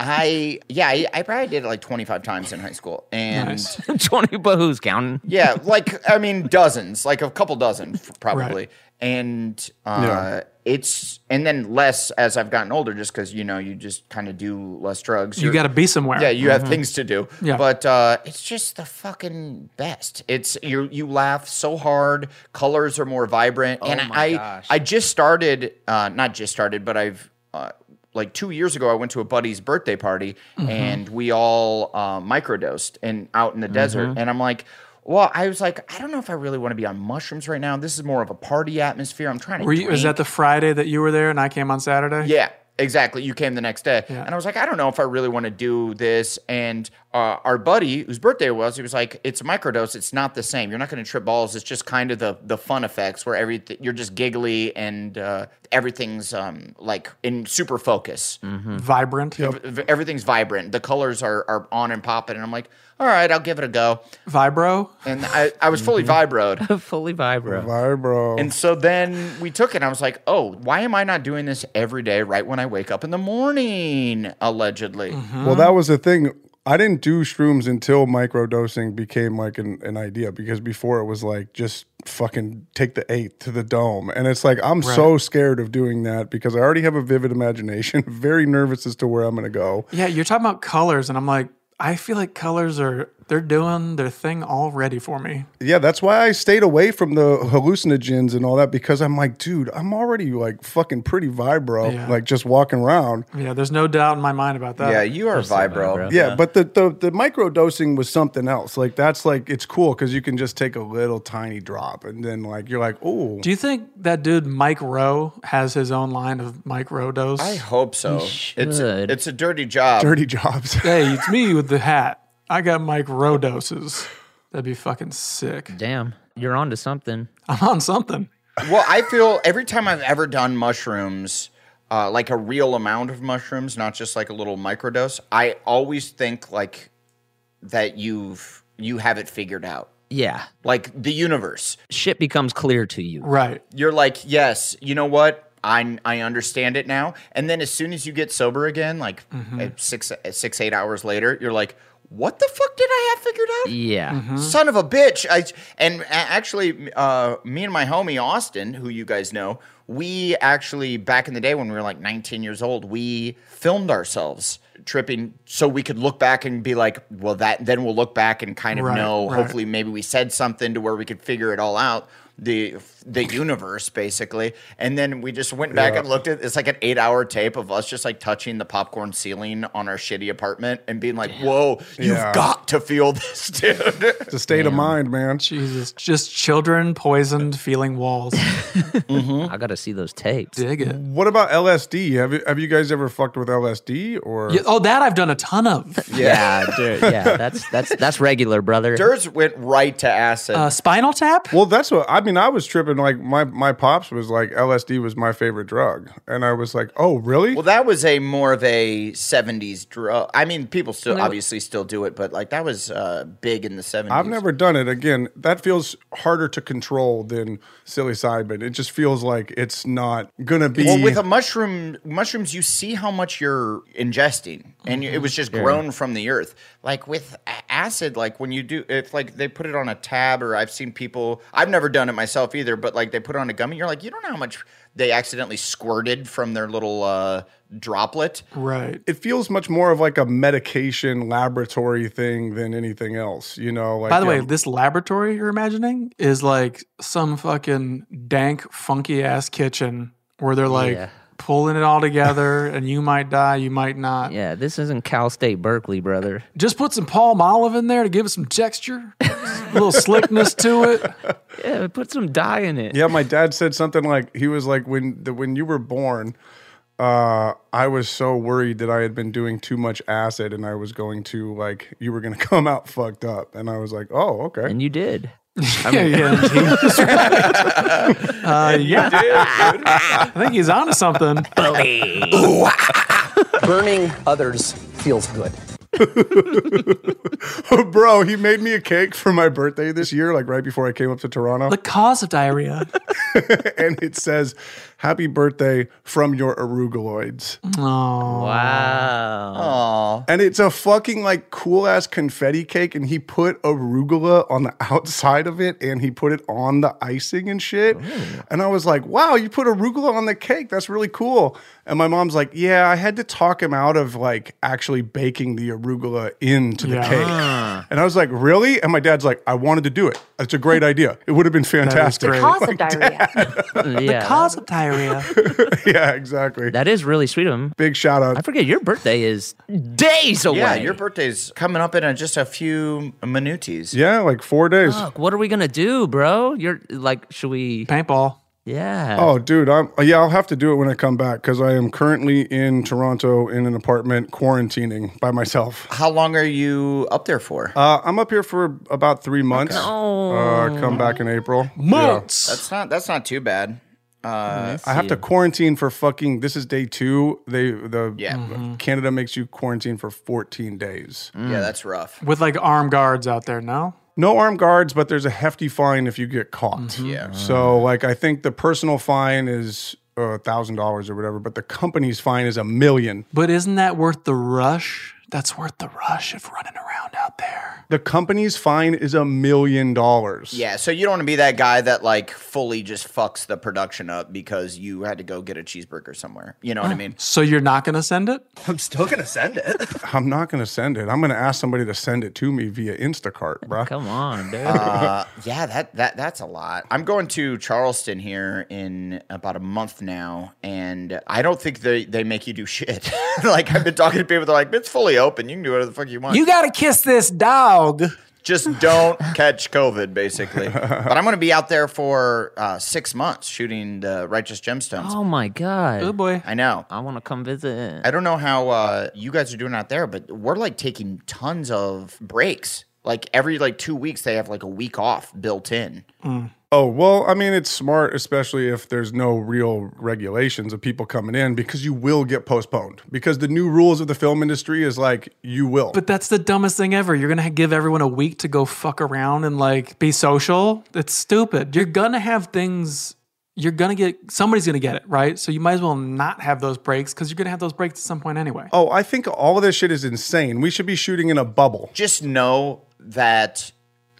I yeah, I, I probably did it like 25 times in high school, and Nice. 20, but who's counting? yeah, like I mean, dozens, like a couple dozen f- probably, and uh, Yeah. it's and then less as I've gotten older, just because you know you just kind of do less drugs. You You're- gotta be somewhere. Yeah, you have Mhm. things to do. Yeah. but uh, it's just the fucking best. It's you you laugh so hard. Colors are more vibrant, Oh and my I gosh. I just started, uh, not just started, but I've. Uh, like two years ago, I went to a buddy's birthday party Mm-hmm. Mhm. and we all uh, microdosed and out in the desert. Mm-hmm. Mhm. And I'm like, well, I was like, I don't know if I really want to be on mushrooms right now. This is more of a party atmosphere. I'm trying to. Were you, is drink." that the Friday that you were there and I came on Saturday? Yeah, exactly. You came the next day. And I was like, I don't know if I really want to do this. And uh, our buddy, whose birthday it was, he was like, it's microdose. It's not the same. You're not going to trip balls. It's just kind of the the fun effects where everything you're just giggly and uh, everything's um, like in super focus. Mm-hmm. Vibrant. Ev- ev- Everything's vibrant. The colors are, are on and popping. And I'm like, all right, I'll give it a go. Vibro. And I, I was fully vibroed. Fully vibro. Mm-hmm. Vibro. And so then we took it. And I was like, oh, why am I not doing this every day right when I wake up in the morning, allegedly? Mm-hmm. Well, that was the thing. I didn't do shrooms until microdosing became like an, an idea because before it was like just fucking take the eight to the dome. And it's like, I'm Right. so scared of doing that because I already have a vivid imagination, very nervous as to where I'm going to go. Yeah, you're talking about colors, and I'm like, I feel like colors are they're doing their thing already for me. Yeah, that's why I stayed away from the hallucinogens and all that because I'm like, dude, I'm already like fucking pretty vibro, Yeah. like just walking around. Yeah, there's no doubt in my mind about that. Yeah, you are vibro. Yeah, but the, the the micro dosing was something else. Like that's like it's cool because you can just take a little tiny drop and then like you're like, oh, Do you think that dude Mike Rowe has his own line of Mike Rowe dose? I hope so. It's should. it's a dirty job. dirty jobs. hey, it's me with the hat. I got Mike Rowe doses. That'd be fucking sick. Damn, you're on to something. I'm on something. Well, I feel every time I've ever done mushrooms, uh, like a real amount of mushrooms, not just like a little microdose, I always think like that you've you have it figured out. Yeah. Like the universe. Shit becomes clear to you. Right. You're like, yes, you know what? I, I understand it now. And then as soon as you get sober again, like Mhm. at six, at six, eight hours later, you're like, what the fuck did I have figured out? Yeah. Son of a bitch. I, and a- actually, uh, me and my homie Austin, who you guys know, we actually, back in the day when we were like 19 years old, we filmed ourselves tripping so we could look back and be like, well, that, then we'll look back and kind of Right, know, right. hopefully, maybe we said something to where we could figure it all out. The the universe basically, and then we just went back Yeah. and looked at it's like an eight hour tape of us just like touching the popcorn ceiling on our shitty apartment and being like, "Whoa, you've Yeah. got to feel this, dude." It's a state of mind, man. Jesus. Just children poisoned feeling walls. Mm-hmm. I got to see those tapes. Dig it. What about LSD? Have you, have you guys ever fucked with LSD or? Yeah, oh, that I've done a ton of. Yeah, dude, yeah, that's that's that's regular, brother. Durs went right to acid. Uh, spinal tap? Well, that's what I mean. I was tripping like my my pops was like LSD was my favorite drug, and I was like, oh really? well, that was a more of a '70s drug. I mean, people still No. obviously still do it, but like that was uh, big in the '70s. I've never done it. Again, that feels harder to control than psilocybin. It just feels like it's not gonna be. Well, with a mushroom, mushrooms, you see how much you're ingesting, and you- it was just Yeah. grown from the earth. Like with a- acid, like when you do, it's like they put it on a tab, or I've seen people. I've never done it myself either, but like they put it on a gummy. You're like, you don't know how much they accidentally squirted from their little uh, droplet. Right. It feels much more of like a medication laboratory thing than anything else. You know, like By the way, um, this laboratory you're imagining is like some fucking dank, funky ass kitchen where they're like Yeah. pulling it all together and you might die, you might not. Yeah, this isn't Cal State Berkeley, brother. Just put some palm olive in there to give it some texture, a little slickness to it. Yeah, put some dye in it. Yeah, my dad said something like he was like when the, when you were born, uh, I was so worried that I had been doing too much acid and I was going to like you were going to come out fucked up, and I was like, oh okay, and you did. I Yeah, mean- yeah, he was right. Uh, yeah. I think he's onto something. Burning others feels good. bro. He made me a cake for my birthday this year, like right before I came up to Toronto, The cause of diarrhea. and it says, "Happy birthday from your arugaloids." Oh. Wow. And it's a fucking like cool ass confetti cake, and he put arugula on the outside of it, and he put it on the icing and shit. And I was like, "Wow, you put arugula on the cake? That's really cool." And my mom's like, "Yeah, I had to talk him out of like actually baking the arugula into the Yeah. Ah. cake." And I was like, "Really?" And my dad's like, "I wanted to do it. It's a great idea. It would have been fantastic." Like, yeah. The cause of diarrhea. yeah, exactly. That is really sweet of him. Big shout out. I forget your birthday is days away. Yeah, your birthday's coming up in a, just a few minutes. Yeah, like four days. Fuck, what are we gonna do, bro? You're like, should we? Paintball. Yeah. Oh, dude, I'm yeah. I'll have to do it when I come back because I am currently in Toronto in an apartment quarantining by myself. How long are you up there for? Uh, I'm up here for about three months. No. Uh, come back in April. That's not that's not too bad. Yeah. Uh, I have to quarantine for fucking. This is day two. They the Yeah. Canada makes you quarantine for 14 days. yeah, that's rough. With like armed guards out there, no? No armed guards, but there's a hefty fine if you get caught. Mm-hmm. Yeah. So like I think the personal fine is a thousand dollars or whatever, but the company's fine is a million. But isn't that worth the rush? That's worth the rush of running around out there. The company's fine is a million dollars. Yeah, so you don't want to be that guy that like fully just fucks the production up because you had to go get a cheeseburger somewhere. You know what I mean? So you're not going to send it? I'm still gonna send it. I'm not going to send it. I'm going to ask somebody to send it to me via Instacart, bruh. Come on, dude. Uh, yeah, that that that's a lot. I'm going to Charleston here in about a month now, and I don't think they they make you do shit. like I've been talking to people, they're like, it's fully open. You can do whatever the fuck you want. You got to kiss this dog. just don't catch COVID, basically. But I'm going to be out there for uh, six months shooting the Righteous Gemstones. oh my god. Oh boy. I know. I want to come visit. I don't know how uh, you guys are doing out there, but we're like taking tons of breaks. Like every like two weeks, they have like a week off built in. Oh, well, I mean, it's smart, especially if there's no real regulations of people coming in because you will get postponed because the new rules of the film industry is like, you will. But that's the dumbest thing ever. You're gonna give everyone a week to go fuck around and like be social. It's stupid. You're gonna have things. You're gonna get somebody's gonna get it right. So you might as well not have those breaks because you're gonna have those breaks at some point anyway. Oh, I think all of this shit is insane. We should be shooting in a bubble. Just know that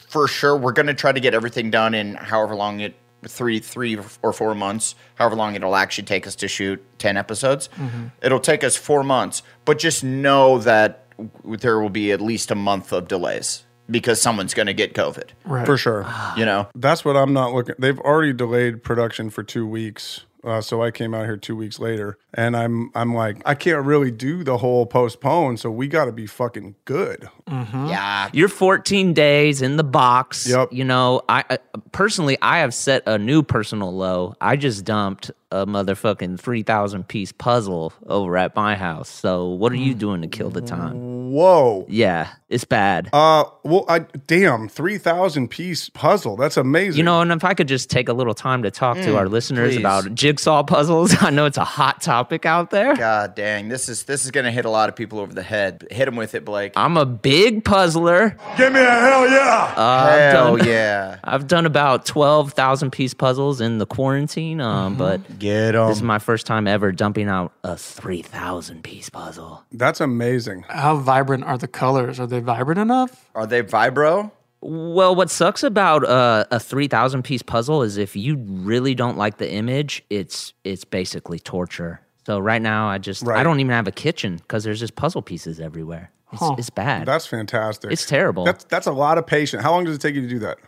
for sure we're going to try to get everything done in however long it three three or four months however long it'll actually take us to shoot 10 episodes Mm-hmm. Mm. Mhm. it'll take us four months but just know that w- there will be at least a month of delays because someone's going to get covid For sure. you know That's what I'm not looking. They've already delayed production for two weeks. Uh, so I came out here two weeks later, and I'm I'm like I can't really do the whole postpone. So we got to be fucking good. Yeah. You're 14 days in the box. Yep. You know, I I- personally, I have set a new personal low. I just dumped a motherfucking 3,000 piece puzzle over at my house. So, what are Mm. you doing to kill the time? Whoa. Yeah, it's bad. Uh, well, I damn three thousand piece puzzle. That's amazing. You know, and if I could just take a little time to talk to Mm, our listeners please. about jigsaw puzzles, I know it's a hot topic out there. god dang this is this is going to hit a lot of people over the head hit them with it blake I'm a big puzzler. Give me a hell yeah. Uh, I've Hell done- yeah. I've done about 12,000 piece puzzles in the quarantine, Mm-hmm. um, but Get this is my first time ever dumping out a 3,000 piece puzzle. That's amazing. How vibrant are the colors? Are they vibrant enough? Are they vibro? Well, what sucks about uh, a 3,000 piece puzzle is if you really don't like the image, it's it's basically torture. So right now I just I don't even have a kitchen cuz there's just puzzle pieces everywhere. It's, it's bad. That's fantastic. It's terrible. That's that's a lot of patience. How long does it take you to do that?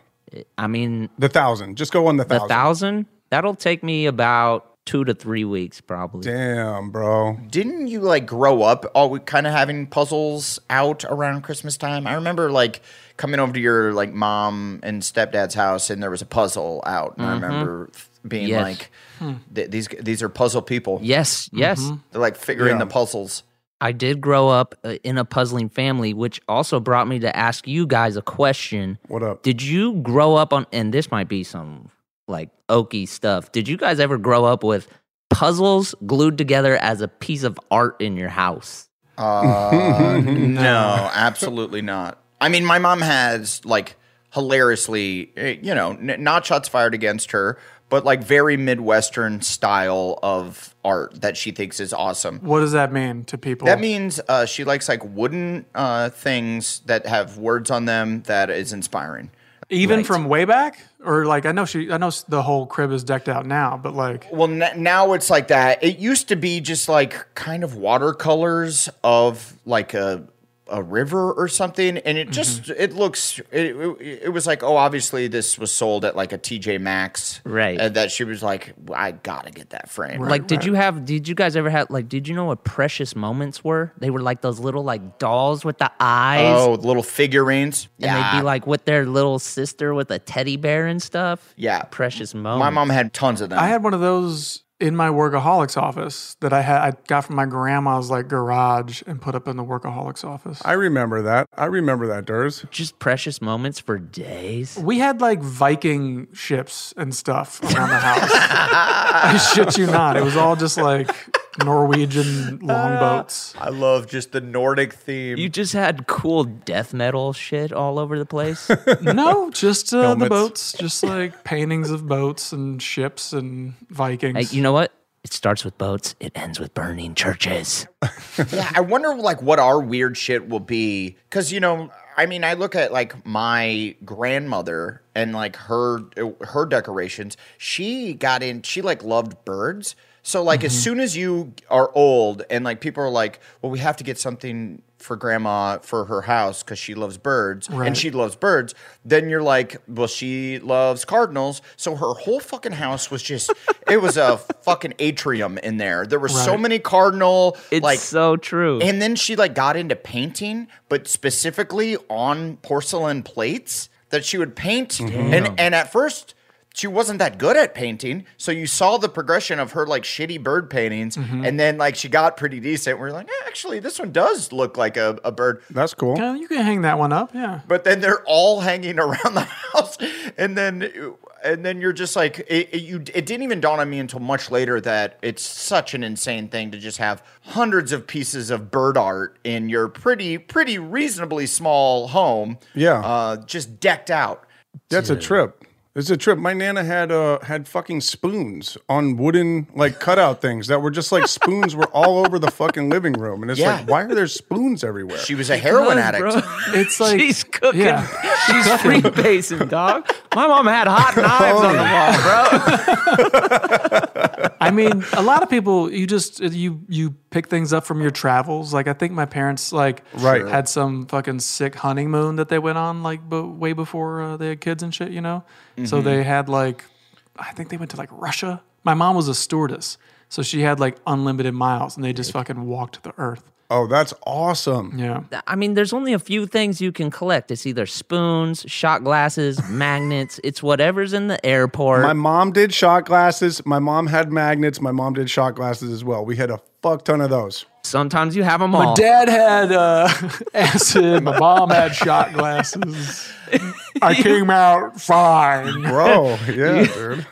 I mean, the thousand. Just go on the the thousand. 1,000 that'll take me about 2 to 3 weeks probably. Damn, bro. Didn't you like grow up all kind of having puzzles out around Christmas time? I remember like coming over to your like mom and stepdad's house and there was a puzzle out. And I Mhm. remember th- being Yes. like, "Th- these these are puzzle people. Mm-hmm. Yes, yes. Mhm. They're like figuring Yeah. the puzzles. I did grow up uh, in a puzzling family, which also brought me to ask you guys a question. What up? Did you grow up on, and this might be some like oaky stuff, did you guys ever grow up with puzzles glued together as a piece of art in your house? Uh, no, absolutely not. I mean, my mom has like hilariously, eh, you know, n- not shots fired against her, but like very Midwestern style of art that she thinks is awesome. What does that mean to people? That means uh, she likes like wooden uh, things that have words on them that is inspiring. even Right. from way back, or like I know she, I know s- the whole crib is decked out now, but like Well, n- now it's like that. It used to be just like kind of watercolors of like a a river or something, and it just Mm-hmm. it looks it, it it was like oh obviously this was sold at like a TJ Maxx Right. and that she was like I gotta get that frame like, did you have, did you guys ever have, like, did you know what precious moments were? They were like those little, like, dolls with the eyes. oh little figurines And they'd be like with their little sister with a teddy bear and stuff. yeah Precious moments. my mom had tons of them I had one of those in my workaholics office that I had I got from my grandma's like garage and put up in the workaholics office. I remember that. I remember that, Durs. Just precious moments for days. We had like Viking ships and stuff around the house. I shit you not. It was all just like Norwegian longboats. I love just the Nordic theme. You just had cool death metal shit all over the place. No, just uh, the Helmets. boats, just like paintings of boats and ships and Vikings. Hey, you know what? It starts with boats, it ends with burning churches. yeah, I wonder like what our weird shit will be cuz you know, I mean, I look at like my grandmother and like her her decorations. She got in she like loved birds. So like as soon as you are old and like people are like, "Well, we have to get something for grandma for her house cuz she loves birds Right. and she loves birds." Then you're like, "Well, she loves cardinals." So her whole fucking house was just it was a fucking atrium in there. There were so Right. many cardinal It's like so true. and then she like got into painting, but Mm-hmm. specifically on porcelain plates that she would paint. And and at first she wasn't that good at painting. So you saw the progression of her like shitty bird paintings, Mm-hmm. Mhm. and then like she got pretty decent. We're like, eh, actually, this one does look like a, a bird. That's cool. Yeah, you can hang that one up. Yeah. But then they're all hanging around the house, and then and then you're just like, it, it- you. It didn't even dawn on me until much later that it's such an insane thing to just have hundreds of pieces of bird art in your pretty pretty reasonably small home. Yeah. uh, just decked out. That's a Dude. trip. It's a trip. My nana had uh had fucking spoons on wooden like cutout things that were just like spoons were all over the fucking living room, and it's Yeah. like why are there spoons everywhere? She was a heroin addict. It's like she's cooking. yeah. She's free basing, dog. My mom had hot Oh, knives on the wall, bro. I mean, a lot of people you just you you pick things up from your travels. Like I think my parents like Right. Sure. had some fucking sick honeymoon that they went on like but way before uh, they had kids and shit, you know. So Mhm. Mm-hmm. they had like I think they went to like Russia. My mom was a stewardess, so she had like unlimited miles and they just fucking walked the earth. Oh, that's awesome. Yeah. I mean, there's only a few things you can collect. It's either spoons, shot glasses, magnets. It's whatever's in the airport. My mom did shot glasses. My mom had magnets. My mom did shot glasses as well. We had a fuck ton of those. Sometimes you have them My all. dad had uh, acid. My mom had shot glasses. I came out fine, Bro, yeah, dude.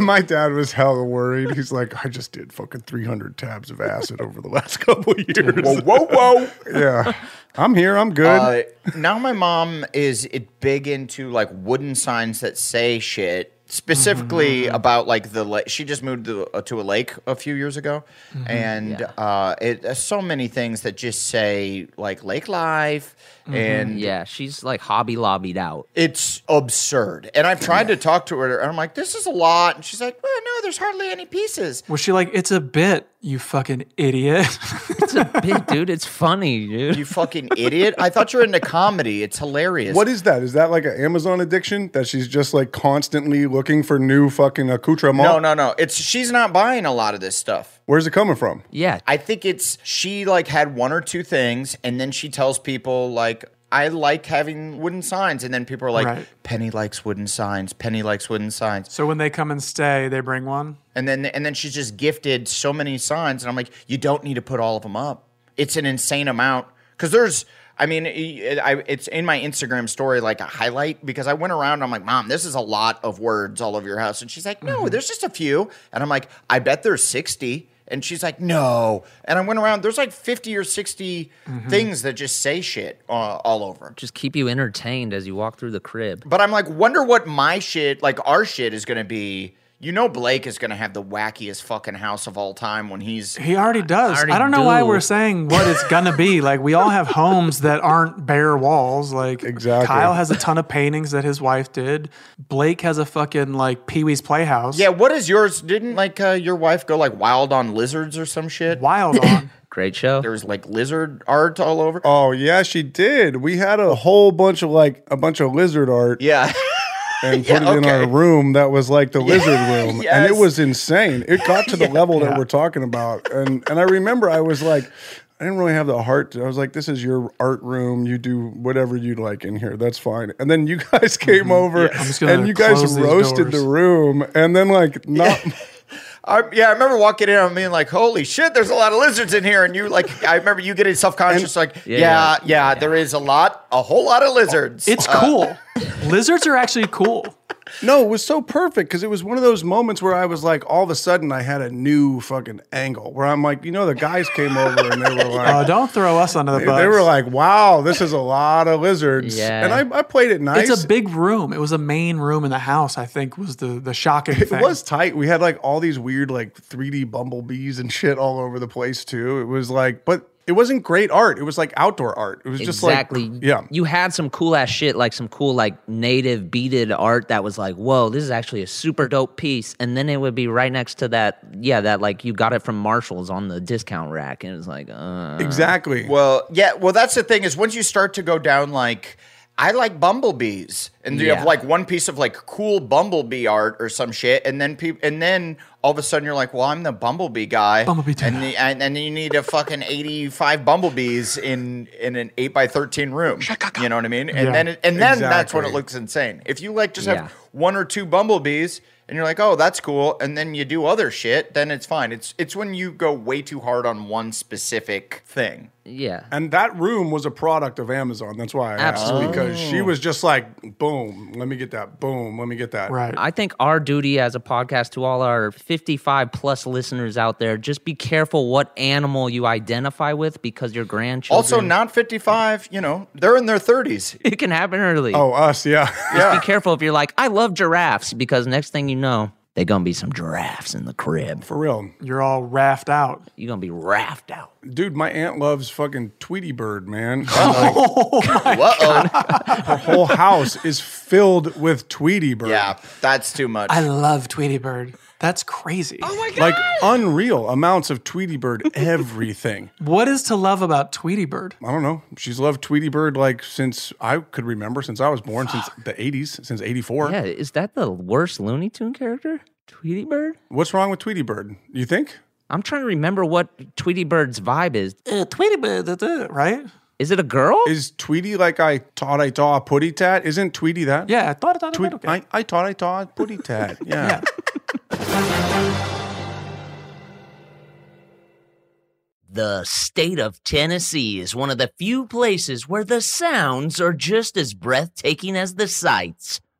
My dad was hella worried. He's like, I just did fucking 300 tabs of acid over the last couple years. Whoa, whoa, whoa. yeah. I'm here. I'm good. Uh, now my mom is it big into like wooden signs that say shit specifically Mm-hmm. about like the lake. She just moved to, uh, to a lake a few years ago, Mm-hmm. Mm-hmm. Mhm. and uh, it uh, so many things that just say like lake life Mhm. and yeah, she's like hobby lobbied out. It's absurd. And I've tried to talk to her, and I'm like, this is a lot. And she's like, well, no, there's hardly any pieces. Was she like, it's a bit, you fucking idiot? it's a bit, dude. It's funny, dude. You fucking idiot. I thought you were into comedy. It's hilarious. What is that? Is that like an Amazon addiction that she's just like constantly looking for new fucking accoutrement? No, no, no. It's she's not buying a lot of this stuff. Where's it coming from? Yeah. I think it's she like had one or two things and then she tells people like I like having wooden signs and then people are like Right. Penny likes wooden signs, Penny likes wooden signs. so when they come and stay, they bring one. And then and then she's just gifted so many signs and I'm like you don't need to put all of them up. It's an insane amount cuz there's I mean, it- I, it's in my Instagram story like a highlight because I went around. I'm like, Mom, this is a lot of words all over your house. And she's like, No, Mm-hmm. there's just a few. And I'm like, I bet there's 60. And she's like, No. And I went around. There's like 50 or 60 things that just say shit uh, all over. Mm-hmm. Just keep you entertained as you walk through the crib. But I'm like, wonder what my shit, like our shit, is going to be. You know, Blake is going to have the wackiest fucking house of all time when he's. He already does. I, already don't know why do. we're saying what it's gonna be. Like we all have homes that aren't bare walls. Like exactly. Kyle has a ton of paintings that his wife did. Blake has a fucking like Pee Wee's Playhouse. Yeah, what is yours? Didn't like uh, your wife go like wild on lizards or some shit? Wild on. Great show. There was like lizard art all over. Oh, yeah, she did. We had a whole bunch of like a bunch of lizard art. Yeah. And Yeah, put it in our okay. room that was like the lizard room. And yes. it was insane. It got to the level that we're talking about. And and I remember I was like, I didn't really have the heart. to- I was like, this is your art room. You do whatever you like in here. That's fine. And then you guys came over Mm-hmm. I'm just gonna and you guys close these roasted doors. the room. And then like not I, yeah, I remember walking in and being like, "Holy shit, there's a lot of lizards in here." And you like, I remember you getting self conscious, like, yeah Yeah, yeah, there is a lot, a whole lot of lizards." It's Uh, cool. Lizards are actually cool. No, it was so perfect because it was one of those moments where I was like, all of a sudden, I had a new fucking angle where I'm like, you know, the guys came over and they were like, Oh, don't throw us under the they, bus. they were like, wow, this is a lot of lizards. Yeah. And I, I played it nice. It's a big room. It was a main room in the house. I think was the the shocking it thing. was tight. We had like all these weird like 3D bumblebees and shit all over the place too. It was like, but it wasn't great art. It was like outdoor art. It was just like exactly. yeah. You had some cool ass shit, like some cool like native beaded art that was like, whoa, this is actually a super dope piece. And then it would be right next to that, yeah, that like you got it from Marshalls on the discount rack, and it was like, uh, Exactly. Well, yeah. Well, that's the thing is once you start to go down like I like bumblebees, and you Yeah. have like one piece of like cool bumblebee art or some shit, and then people, and then all of a sudden you're like, well, I'm the bumblebee guy, Bumblebee and, the, and and then you need a fucking eighty five bumblebees in in an eight by thirteen room, you know what I mean? And Yeah. then it, and then that's when it Exactly. looks insane. If you like just have Yeah. one or two bumblebees. And you're like, oh, that's cool. And then you do other shit. Then it's fine. It's it's when you go way too hard on one specific thing. Yeah. And that room was a product of Amazon. That's why I Absolutely. asked because she Oh. was just like, boom, let me get that. Boom, let me get that. I think our duty as a podcast to all our 55 plus listeners out there, just be careful what animal you identify with because your grandchildren. Also, not 55, you know, they're in their uh, 30s. It can happen early. Oh, us, yeah. Just be careful if you're like, I love giraffes because next thing you know, they're going to be some giraffes in the crib. For real. You're all raft out. You're going to be raft out. Dude, my aunt loves fucking Tweety Bird, man. Oh Her whole house is filled with Tweety Bird. Yeah, that's too much. I love Tweety Bird. That's crazy. Oh my Like unreal amounts of Tweety Bird everything. What is to love about Tweety Bird? I don't know. She's loved Tweety Bird like since I could remember, since I was born, since the 80s, since 84. Yeah, is that the worst Looney Tune character? Tweety Bird? What's wrong with Tweety Bird? You think? I'm trying to remember what Tweety Bird's vibe is. Uh, Tweety Bird, that's it, right? Is it a girl? Is Tweety like I taught I taw putty tat? Isn't Tweety that? Yeah, I thought I thought Tweet, I, I taught I taw putty tat. Yeah. The state of Tennessee is one of the few places where the sounds are just as breathtaking as the sights.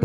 for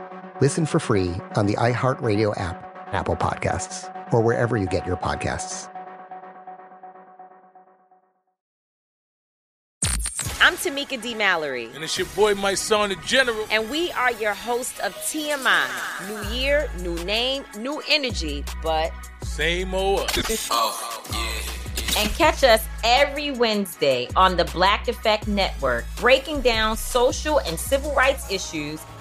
Listen for free on the iHeartRadio app, Apple Podcasts, or wherever you get your podcasts. I'm Tamika D. Mallory. And it's your boy, my son, the General. And we are your hosts of TMI. New year, new name, new energy, but Same old us. Oh, yeah, And catch us every Wednesday on the Black Effect Network, breaking down social and civil rights issues,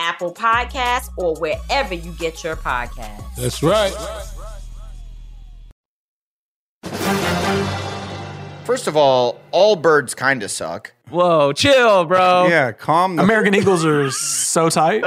Apple Podcasts, or wherever you get your podcasts. That's right. First of all, all birds kind of suck. Whoa, chill, bro. Yeah, calm. American Eagles are so tight.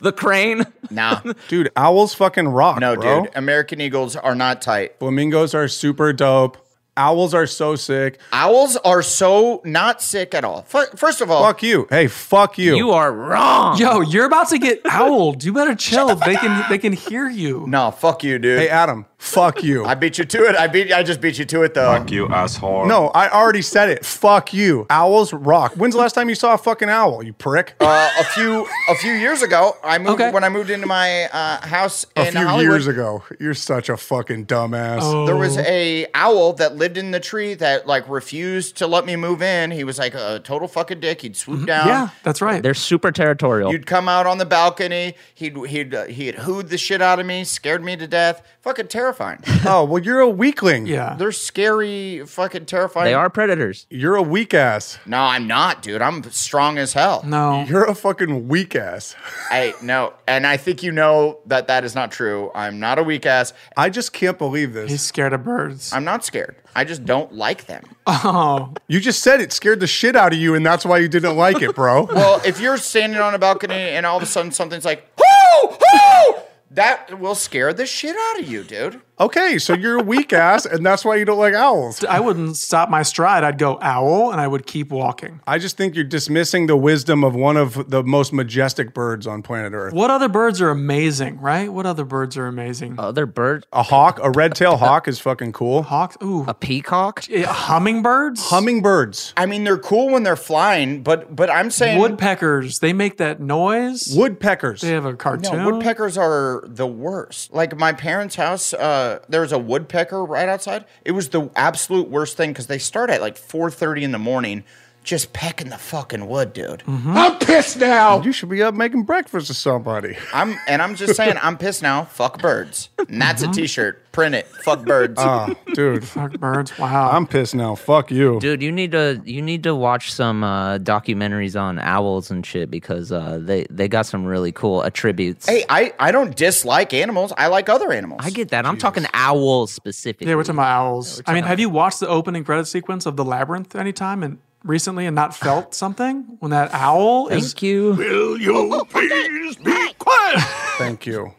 the crane. Nah. dude, owls fucking rock. No, bro. dude. American Eagles are not tight. Flamingos are super dope. Owls are so sick. Owls are so not sick at all. Fir- First of all, Fuck you. Hey, fuck you. You are wrong. Yo, you're about to get owled. You better chill. They can they can hear you. No, fuck you, dude. Hey, Adam. Fuck you. I beat you to it. I beat. I just beat you to it, though. Fuck you, asshole. No, I already said it. Fuck you. Owls rock. When's the last time you saw a fucking owl, you prick? Uh, a few a few years ago, I moved when I moved into my uh, house a in few Hollywood. years ago. You're such a fucking dumbass. Oh. There was a owl that lived in the tree that like refused to let me move in. He was like a total fucking dick. He'd swoop down. Mm-hmm. Yeah, that's right. They're super territorial. You'd come out on the balcony. He'd he'd uh, he'd hooed the shit out of me, scared me to death. Fucking terrifying. oh, well, you're a weakling. Yeah. They're scary, fucking terrifying. They are predators. You're a weak ass. No, I'm not, dude. I'm strong as hell. No. You're a fucking weak ass. I no, and I think you know that that is not true. I'm not a weak ass. I just can't believe this. He's scared of birds. I'm not scared. I just don't like them. oh. you just said it scared the shit out of you, and that's why you didn't like it, bro. Well, if you're standing on a balcony and all of a sudden something's like, hoo, hoo, that will scare the shit out of you, dude. okay, so you're a weak ass, and that's why you don't like owls. I wouldn't stop my stride. I'd go owl and I would keep walking. I just think you're dismissing the wisdom of one of the most majestic birds on planet Earth. What other birds are amazing, right? What other birds are amazing? Other bird, A hawk, a red tail hawk is fucking cool. Hawks. Ooh. a peacock. Eh, hummingbirds? Hummingbirds, I mean, they're cool when they're flying, but but I'm saying Woodpeckers. They make that noise. woodpeckers. They have a No, cartoon. woodpeckers are the worst. Like my parents' house, uh, there was a woodpecker right outside. It was the absolute worst thing because they start at like four thirty in the morning, just pecking the fucking wood, dude. Mm-hmm. I'm pissed now. You should be up making breakfast with somebody. I'm and I'm just saying, I'm pissed now. Fuck birds. And that's Mm-hmm. a T-shirt. Print it. Fuck birds. Oh, dude, Fuck birds. Wow. I'm pissed now. Fuck you. Dude, you need to you need to watch some uh, documentaries on owls and shit because uh, they they got some really cool attributes. Hey, I, I don't dislike animals. I like other animals. I get that. I'm talking owls specifically. yeah, we're talking about owls. I mean, have you watched the opening credit sequence of The Labyrinth anytime and recently and not felt something when that owl is Thank you. Will you please be quiet? Thank you.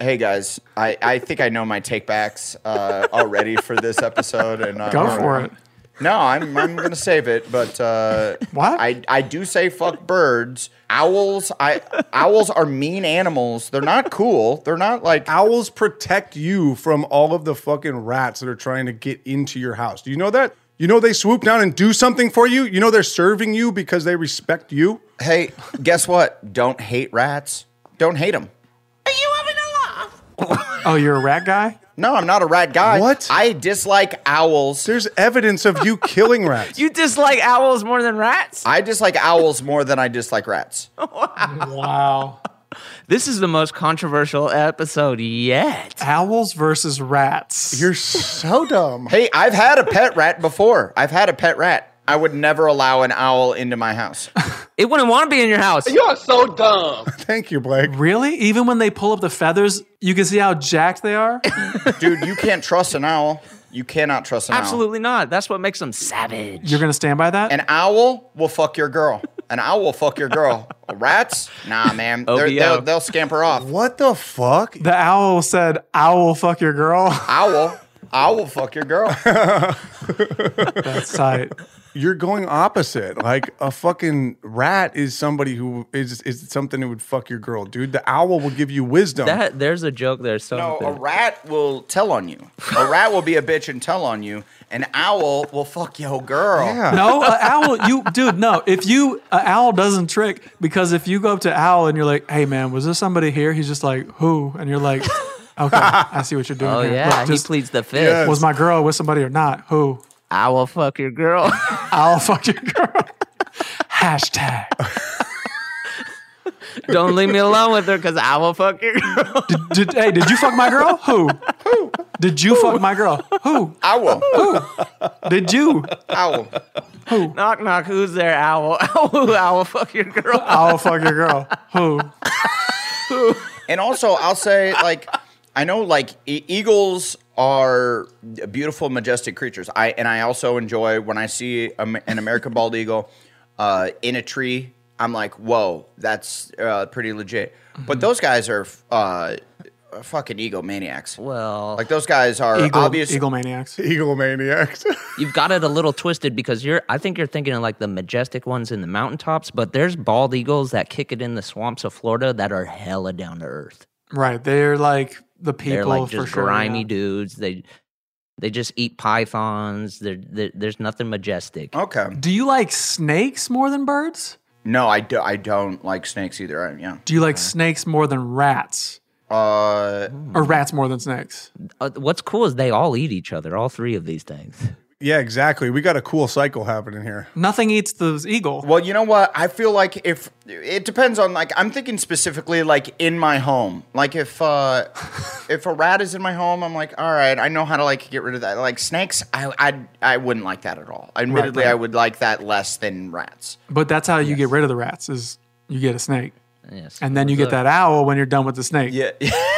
Hey guys, I, I think I know my takebacks uh, already for this episode, and I'm, go for it. No, I'm I'm gonna save it, but uh, What? I I do say fuck birds. Owls, I owls are mean animals. They're not cool. They're not like Owls protect you from all of the fucking rats that are trying to get into your house. Do you know that? You know they swoop down and do something for you? You know they're serving you because they respect you? hey, guess what? Don't hate rats. Don't hate them. Are you having a laugh? Oh, you're a rat guy? No, I'm not a rat guy. What? I dislike owls. There's evidence of you killing rats. You dislike owls more than rats? I dislike owls more than I dislike rats. Wow. This is the most controversial episode yet. Owls versus rats. You're so dumb. Hey, I've had a pet rat before. I've had a pet rat. I would never allow an owl into my house. It wouldn't want to be in your house. You're so dumb. Thank you, Blake. really? Even when they pull up the feathers, you can see how jacked they are? Dude, you can't trust an owl. You cannot trust an owl. Absolutely not. That's what makes them savage. You're going to stand by that? An owl will fuck your girl. An owl will fuck your girl. Rats? Nah, man. They're- OBO. They'll, they'll scamper off. What the fuck? the owl said, owl, fuck your girl. Owl. Owl fuck your girl. That's tight. you're going opposite. like a fucking rat is somebody who is is something that would fuck your girl, dude. The owl will give you wisdom. That there's a joke there. No, So a rat will tell on you. A rat will be a bitch and tell on you. An owl will fuck your girl. No, an owl. You, dude. No, if you an owl doesn't trick because if you go up to owl and you're like, "Hey, man, was there somebody here?" He's just like, "Who?" And you're like, "Okay, I see what you're doing." Oh, here. yeah, he pleads the fifth. Yes. Was my girl with somebody or not? Who? I will fuck your girl. I'll fuck your girl. Hashtag. don't leave me alone with her because I will fuck your girl. Did, hey, did you fuck my girl? Who? Who? Did you fuck my girl? Who? Owl. Who? Did you? Owl. Who? Knock knock. Who's there? Owl. Owl. Owl. Fuck your girl. Owl. Fuck your girl. Who? and also, I'll say, like, I know, like, e- eagles are beautiful, majestic creatures. I and I also enjoy when I see a, an American bald eagle uh, in a tree. I'm like, whoa, that's uh, pretty legit. But those guys are uh, fucking egomaniacs. Well, like those guys are obvious maniacs. Eagle maniacs. You've got it a little twisted because you're. I think you're thinking of like the majestic ones in the mountaintops, but there's bald eagles that kick it in the swamps of Florida that are hella down to earth. Right. They're like the people They're like for just sure. grimy yeah. dudes. They they just eat pythons. They're, they there's nothing majestic. Okay. Do you like snakes more than birds? No, I, do, I don't like snakes either. I, yeah. Do you like snakes more than rats? Uh, Or rats more than snakes? Uh, what's cool is they all eat each other. All three of these things. Yeah, exactly. We got a cool cycle happening here. Nothing eats the eagle. Well, you know what? I feel like if it depends on like I'm thinking specifically like in my home. Like if uh if a rat is in my home, I'm like, all right, I know how to like get rid of that. Like snakes, I I I wouldn't like that at all. Admittedly, right. I would like that less than rats. But that's how you get rid of the rats is you get a snake. Yes. And then you get that owl when you're done with the snake. Yeah.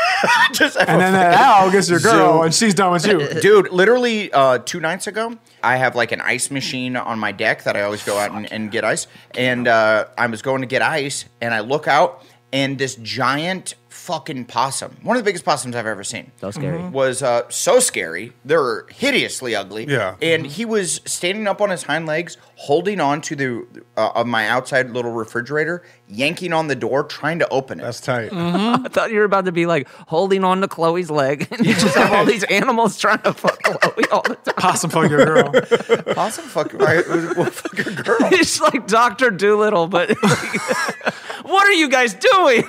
Just have And a then that fucking owl gets your girl zoo. and she's done with you. Dude, literally uh, two nights ago, I have like an ice machine on my deck that I always go out and, and get ice. And uh, I was going to get ice, and I look out, and this giant fucking possum, one of the biggest possums I've ever seen. So scary. Mm-hmm. Was uh, so scary. They're hideously ugly. Yeah. And Mm-hmm. he was standing up on his hind legs, holding on to the uh, of my outside little refrigerator, yanking on the door, trying to open it. That's tight. Mm-hmm. I thought you were about to be like holding on to Chloe's leg. And you just have all these animals trying to fuck Chloe all the time. Possum fuck your girl. Possum fucking, right? Well, fucking girl. It's like Doctor Doolittle, but what are you guys doing?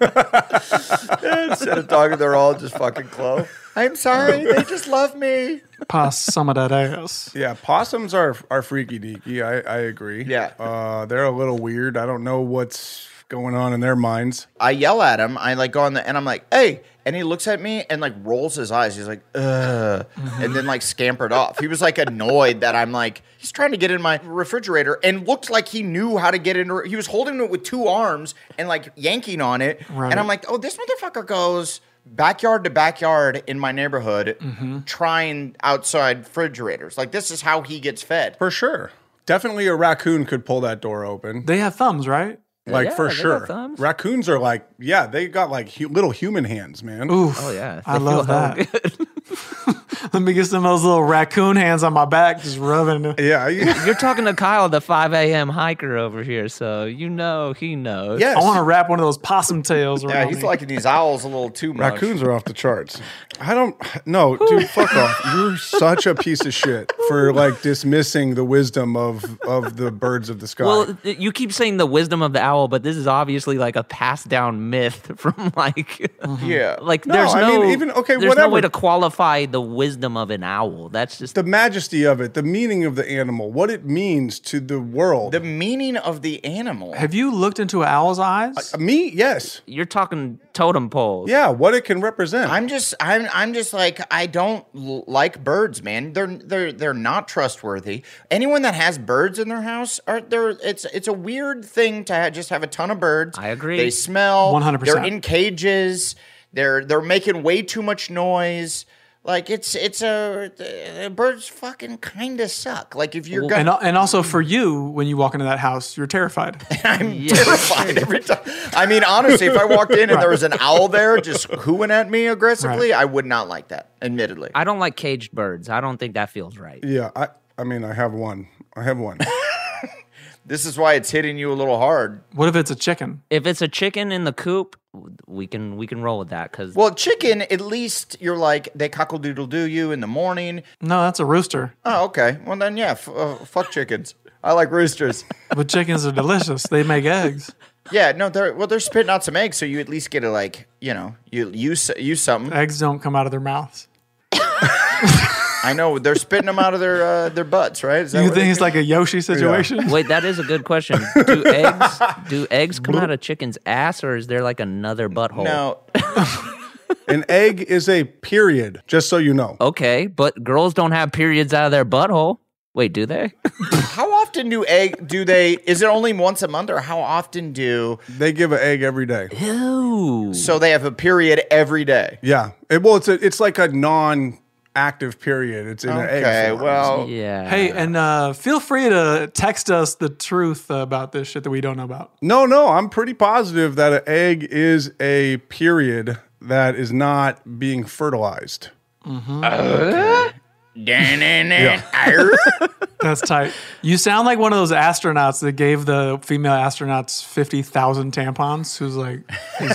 Instead of talking, they're all just fucking close. I'm sorry. They just love me. Pass some of that ass. Yeah, possums are are freaky deaky. I, I agree. Yeah. Uh, they're a little weird. I don't know what's going on in their minds. I yell at him. I like go on the and I'm like, hey. And he looks at me and like rolls his eyes. He's like, ugh. And then like scampered off. He was like annoyed that I'm like, he's trying to get in my refrigerator and looked like he knew how to get in. He was holding it with two arms and like yanking on it. Right. And I'm like, oh, this motherfucker goes backyard to backyard in my neighborhood trying outside refrigerators. Like, this is how he gets fed. For sure. Definitely a raccoon could pull that door open. They have thumbs, right? Like Yeah, for they got sure. thumbs. Raccoons are like, yeah, they got like hu- little human hands, man. Oof. Oh yeah, I They love feel hella that. good. Let me get some of those little raccoon hands on my back, just rubbing. it. Yeah. you- You're talking to Kyle, the 5 a.m. hiker over here, so you know he knows. Yes. I want to wrap one of those possum tails around. Yeah, he's me. liking these owls a little too much. Raccoons are off the charts. I don't no, dude, fuck off. You're such a piece of shit for like dismissing the wisdom of of the birds of the sky. Well, th- you keep saying the wisdom of the owl, but this is obviously like a passed down myth from like, Yeah. like Mm-hmm. No, there's I no mean, even- okay, there's no whatever. way to qualify the wisdom of an owl. That's just the majesty of it, the meaning of the animal, what it means to the world. The meaning of the animal. Have you looked into an owl's eyes? Uh, Me, yes. you're talking totem poles. Yeah, what it can represent. I'm just I'm I'm just like I don't l- like birds, man. They're they're they're not trustworthy. Anyone that has birds in their house are they're it's it's a weird thing to ha- just have a ton of birds. I agree. They smell. 100%. They're in cages. They're they're making way too much noise. Like it's it's a uh, birds fucking kind of suck. Like if you're And, gonna and also for you, when you walk into that house, you're terrified. I'm terrified every time. I mean, honestly, if I walked in and there was an owl there just cooing at me aggressively, I would not like that. Admittedly, I don't like caged birds. I don't think that feels right. yeah, I, I mean, I have one. I have one. this is why it's hitting you a little hard. What if it's a chicken? If it's a chicken in the coop, we can we can roll with that because Well, chicken, at least you're like, they cockle doodle do you in the morning. No, that's a rooster. Oh, okay. Well, then, yeah, f- uh, fuck chickens. Uh, I like roosters. But chickens are delicious. They make eggs. yeah, no, they're, well, they're spitting out some eggs, so you at least get to, like, you know, you use, use something. Eggs don't come out of their mouths. I know they're spitting them out of their uh, their butts, right? Is that You what think it- it's like a Yoshi situation? Wait, that is a good question. Do eggs do eggs come out of chicken's ass, or is there like another butthole? No. An egg is a period, just so you know. Okay, but girls don't have periods out of their butthole. Wait, do they? How often do egg do they? Is it only once a month, or how often do They give an egg every day. Ew. so they have a period every day? Yeah. It- well, it's a, it's like a non-active period. It's in an Okay, egg. form. well- Yeah. Hey, and uh, feel free to text us the truth about this shit that we don't know about. No, no, I'm pretty positive that an egg is a period that is not being fertilized. Mm-hmm. Uh? That's tight. You sound like one of those astronauts that gave the female astronauts 50,000 tampons. Who's like, is,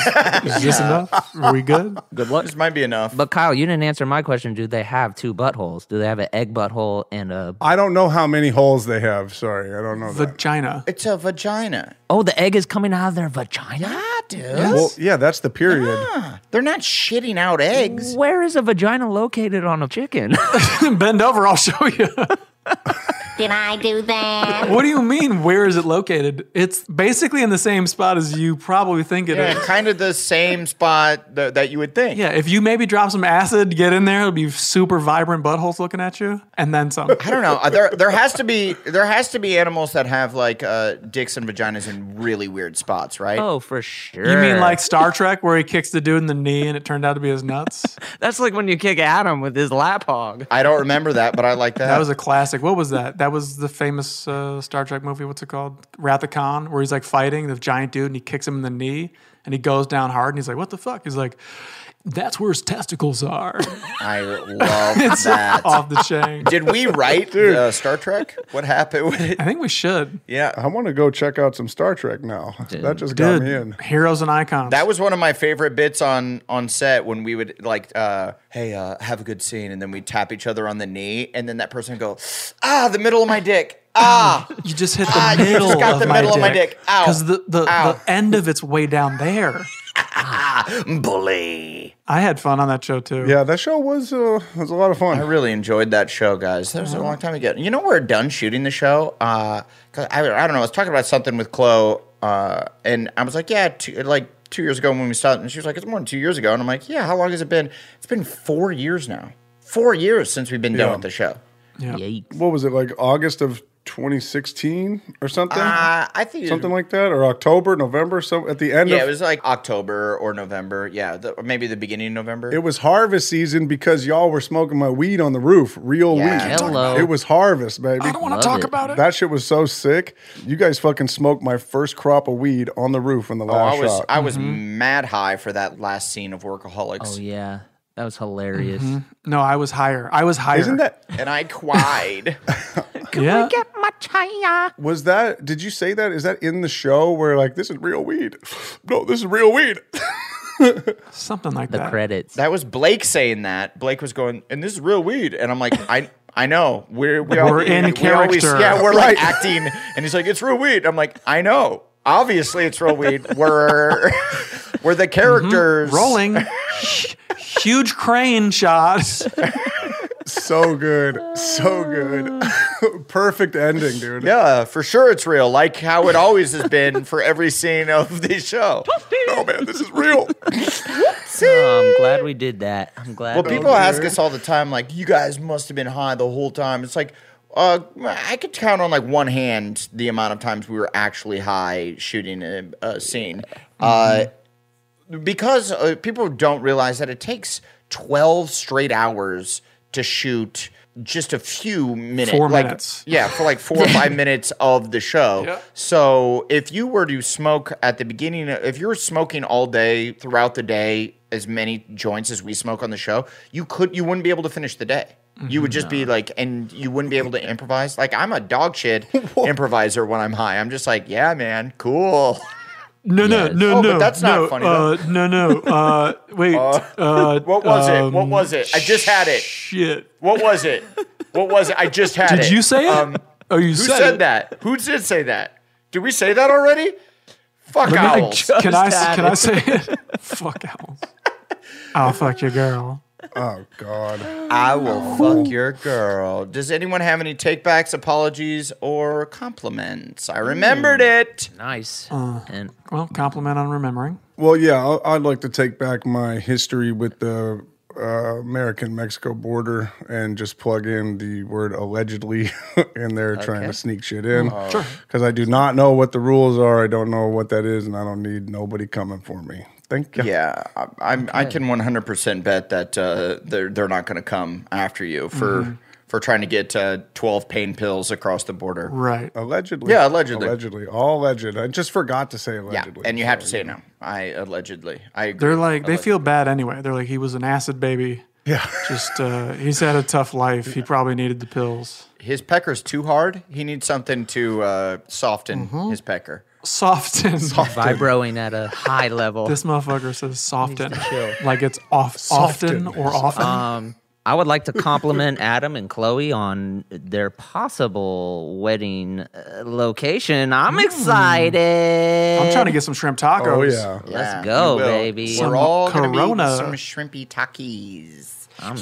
is this enough? Are we good? Good luck. This Uh-huh. might be enough. But Kyle, you didn't answer my question. Do they have two buttholes? Do they have an egg butthole and a? I don't know how many holes they have. Sorry, I don't know that. Vagina. It's a vagina. Oh, the egg is coming out of their vagina. Ah, dude. Well, yeah, that's the period. They're not shitting out eggs. Where is a vagina located on a chicken? Bend over, I'll show you. Did I do that? what do you mean, where is it located? It's basically in the same spot as you probably think it is. Yeah, kind of the same spot tha- that you would think. Yeah, if you maybe drop some acid, get in there, it'll be super vibrant buttholes looking at you, and then some. I don't know. Uh, There, there has to be there has to be animals that have like uh, dicks and vaginas in really weird spots, right? oh, for sure. You mean like Star Trek, where he kicks the dude in the knee and it turned out to be his nuts? that's like when you kick Adam with his lap hog. I don't remember that, but I like that. That was a classic. What was that? That was the famous uh, Star Trek movie. What's it called? Wrath of Khan, where he's like fighting the giant dude and he kicks him in the knee and he goes down hard and he's like, "What the fuck?" He's like, "That's where his testicles are." I love it's that. off the chain. Did we write uh, Star Trek? What happened with it? I think we should. Yeah. I want to go check out some Star Trek now. That just got Dude, me in. heroes and icons. That was one of my favorite bits on on set when we would like, uh, hey, uh, have a good scene, and then we tap each other on the knee, and then that person would go, ah, the middle of my dick, ah, you just hit the Ah, you just middle, got of, the my middle of my dick. Ow. because the the, Ow. the end of it's way down there. "Ah, bully. I had fun on that show too. Yeah, that show was uh, was a lot of I fun. Oh. really enjoyed that show, guys. That was a long time ago. You know, we're done shooting the show. Uh, 'cause I, I don't know. I was talking about something with Chloe, uh, and I was like, yeah, two, like two years ago when we stopped. And she was like, it's more than two years ago. And I'm like, yeah, how long has it been? It's been four years now. Four years since we've been done Yeah. with the show. Yikes. what was it like August of 2016 or something? Uh, I think it was- something like that, or October, November. So at the end yeah, of it was like October or November. Yeah, the, or maybe the beginning of November. It was harvest season because y'all were smoking my weed on the roof, real Yeah. weed. Hello. It was harvest, baby. I don't want Love to talk it. about it. That shit was so sick. You guys fucking smoked my first crop of weed on the roof when the oh, last I was shot. Mm-hmm. I was Mm-hmm. mad high for that last scene of Workaholics, Oh yeah, that was hilarious. Mm-hmm. no, I was higher. I was higher. Mm-hmm. Isn't that and I cried. yeah? was that? Did you say that? Is that in the show where like this is real weed? No, this is real weed. Something like The that. credits. That was Blake saying that. Blake was going, and this is real weed. And I'm like, I I know. We're we We're all- in always- character. yeah, we're like Right. acting. And he's like, it's real weed. I'm like, I know. Obviously it's real weed. We're we're the characters. Mm-hmm. Rolling. Huge crane shots. so good, so good. Perfect ending, dude. Yeah, for sure it's real. Like how it always has been for every scene of the show. Oh man, this is real. Oh, I'm glad we did that. I'm glad. Well, we people did ask us all the time, like, you guys must have been high the whole time. It's like, uh, I could count on like one hand the amount of times we were actually high shooting a, a scene. Uh, because uh, people don't realize that it takes 12 straight hours to shoot just a few minutes. Four like, minutes. Yeah, for like four or five minutes of the show. Yeah. So if you were to smoke at the beginning, if you were smoking all day throughout the day, as many joints as we smoke on the show, you could you wouldn't be able to finish the day. You would just be Mm-hmm. like, and you wouldn't be able to improvise. Like I'm a dog shit improviser when I'm high. I'm just like, yeah, man, cool. No, no, no, Oh, no. but that's not no, funny, Uh, though. no, no. Uh, wait. Uh, um, What was it? What was it? I just had it. Shit. What was it? What was it? I just had it. Um, Did you say it? oh, you who said, said, it. that? Who did say that? Did we say that already? Fuck Let me- owls. Can I s- can I say it? Fuck owls. I'll Ah, fuck your girl. Oh God. I will fuck your girl. Does anyone have any takebacks, apologies, or compliments? I remembered it. Nice. and Uh, well, compliment on remembering. Well, yeah, I'll- I'd like to take back my history with the uh, American Mexico border and just plug in the word allegedly in there, trying Okay. to sneak shit in. Oh. Sure. Because I do not know what the rules are. I don't know what that is, and I don't need nobody coming for me. Thank you. Yeah, I, I'm. I can 100 percent bet that uh, they're they're not going to come after you for Mm-hmm. Mhm. for trying to get uh, 12 pain pills across the border. Allegedly. Yeah, allegedly. Allegedly. All alleged. I just forgot to say allegedly. And you have to say it now. I allegedly. I agree. They're like they Allegedly. feel bad anyway. They're like he was an acid baby. Yeah. Just uh, he's had a tough life. He probably needed the pills. his pecker's too hard. He needs something to uh, soften his pecker. Mm-hmm. Soften. vibroing at a high level. This motherfucker says soften. chill. Like it's off Soften. often or often. Um, I would like to compliment Adam and Chloe on their possible wedding uh, location. I'm Mm. excited. I'm trying to get some shrimp tacos. Oh, yeah. Let's go, we will. baby. We're Some all gonna be Corona. some shrimpy takis. I'm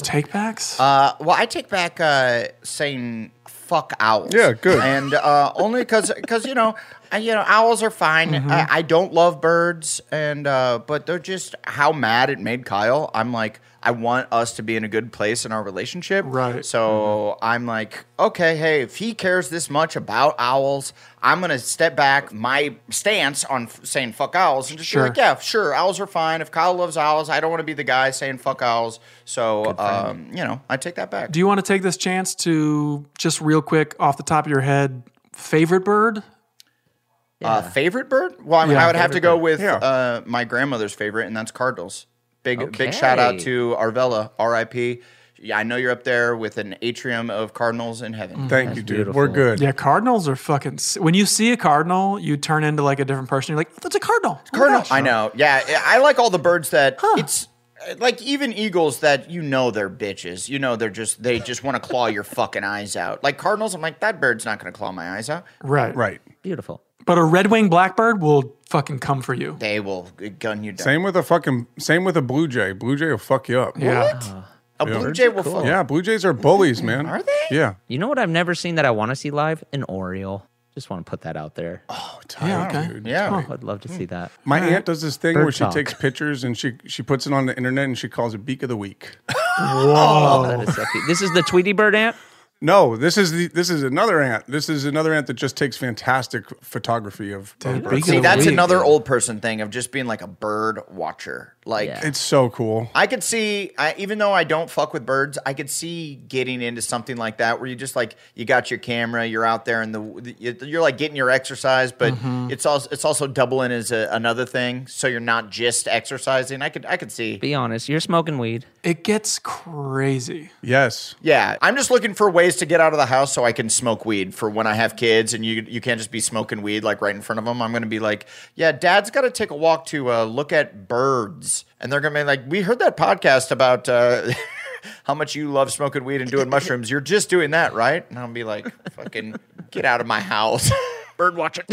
Take backs? Uh, well, I take back uh, saying "fuck owls." Yeah, good. And uh, only because you know, I, you know, owls are fine. Mm-hmm. I, I don't love birds, and uh, but they're just how mad it made Kyle. I'm like, I want us to be in a good place in our relationship, right? So Mm-hmm. I'm like, okay, hey, if he cares this much about owls, I'm gonna step back my stance on f- saying "fuck owls" and just Sure. be like, yeah, sure, owls are fine. If Kyle loves owls, I don't want to be the guy saying "fuck owls." So um, you know, I take that back. Do you want to take this chance to just real quick off the top of your head favorite bird? Uh, favorite bird? Well, I mean, Yeah. I would have to Favorite go bird. with Yeah. uh, my grandmother's favorite, and that's cardinals. Big big shout out Okay. to Arvella, R.I.P. Yeah, I know you're up there with an atrium of cardinals in Mm, heaven. Mm, Thank you, dude. We're good. Yeah, cardinals are fucking. s- When you see a cardinal, you turn into like a different person. You're like, that's a cardinal. Oh my Cardinal. gosh." I know. Yeah, I I like all the birds that it's uh, like even eagles that you know they're bitches. You know they're just they just want to claw your fucking eyes out. Like cardinals, I'm like that bird's not going to claw my eyes out. Right. Right. Beautiful. But a red winged blackbird will fucking come for you. They will gun you down. Same with a fucking same with a blue jay. Blue jay will fuck you up. Yeah. A blue jay will fuck. Yeah, blue jays are bullies, man. Are they? Yeah. You know what I've never seen that I want to see live? An Oriole. Just want to put that out there. Oh, Yeah, okay. dude. Yeah. Oh, I'd love to see that. My Alright. aunt does this thing Bird where she talk. takes pictures and she she puts it on the internet and she calls it beak of the week. Oh, that is so cute. This is the Tweety Bird ant. No, this is the this is another ant. This is another ant that just takes fantastic photography of, of Dude, birds. See, that's another old person thing of just being like a bird watcher. Like It's so cool. I could see, I, even though I don't fuck with birds, I could see getting into something like that where you just like you got your camera, you're out there, and the you- you're like getting your exercise, but Mhm. it's also it's also doubling as a, another thing, so you're not just exercising. I could I could see. Be honest, you're smoking weed. It gets crazy. Yes. Yeah, I'm just looking for ways to get out of the house so I can smoke weed for when I have kids, and you you can't just be smoking weed like right in front of them. I'm gonna be like, yeah, Dad's got to take a walk to uh, look at birds, and they're gonna be like, we heard that podcast about. Uh, How much you love smoking weed and doing mushrooms? You're just doing that, right? And I'll be like, "Fucking get out of my house, bird watcher."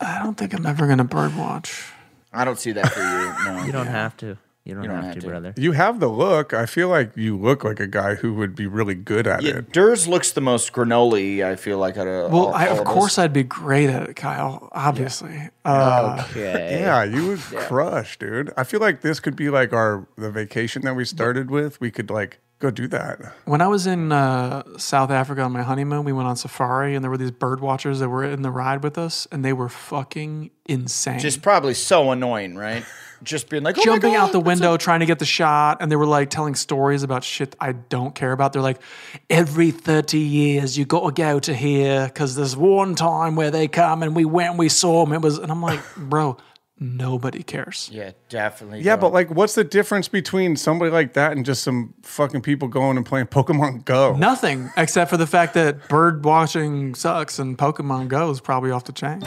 I don't think I'm ever going to bird watch. I don't see that for you. No, You don't have to. You don't, have, to, brother. You have the look. I feel like you look like a guy who would be really good at Yeah, it. Durs looks the most granola. I feel like out of Well, all- I, all of us. course I'd be great at it, Kyle. Obviously. Uh, Okay. Yeah, you would crush, dude. I feel like this could be like our the vacation that we started with. We could like go do that. When I was in uh, South Africa on my honeymoon, we went on safari, and there were these bird watchers that were in the ride with us, and they were fucking insane. Just probably so annoying, right? Just being like, oh my jumping God, out the that's a- window trying to get the shot and they were like telling stories about shit i don't care about they're like every 30 years you gotta go to here because there's one time where they come and we went and we saw them it was and i'm like bro nobody cares. Yeah, definitely. Yeah, but like, what's the difference between somebody like that and just some fucking people going and playing Pokemon Go? Oh. Nothing except for the fact that bird watching sucks and Pokemon Go is probably off the chain.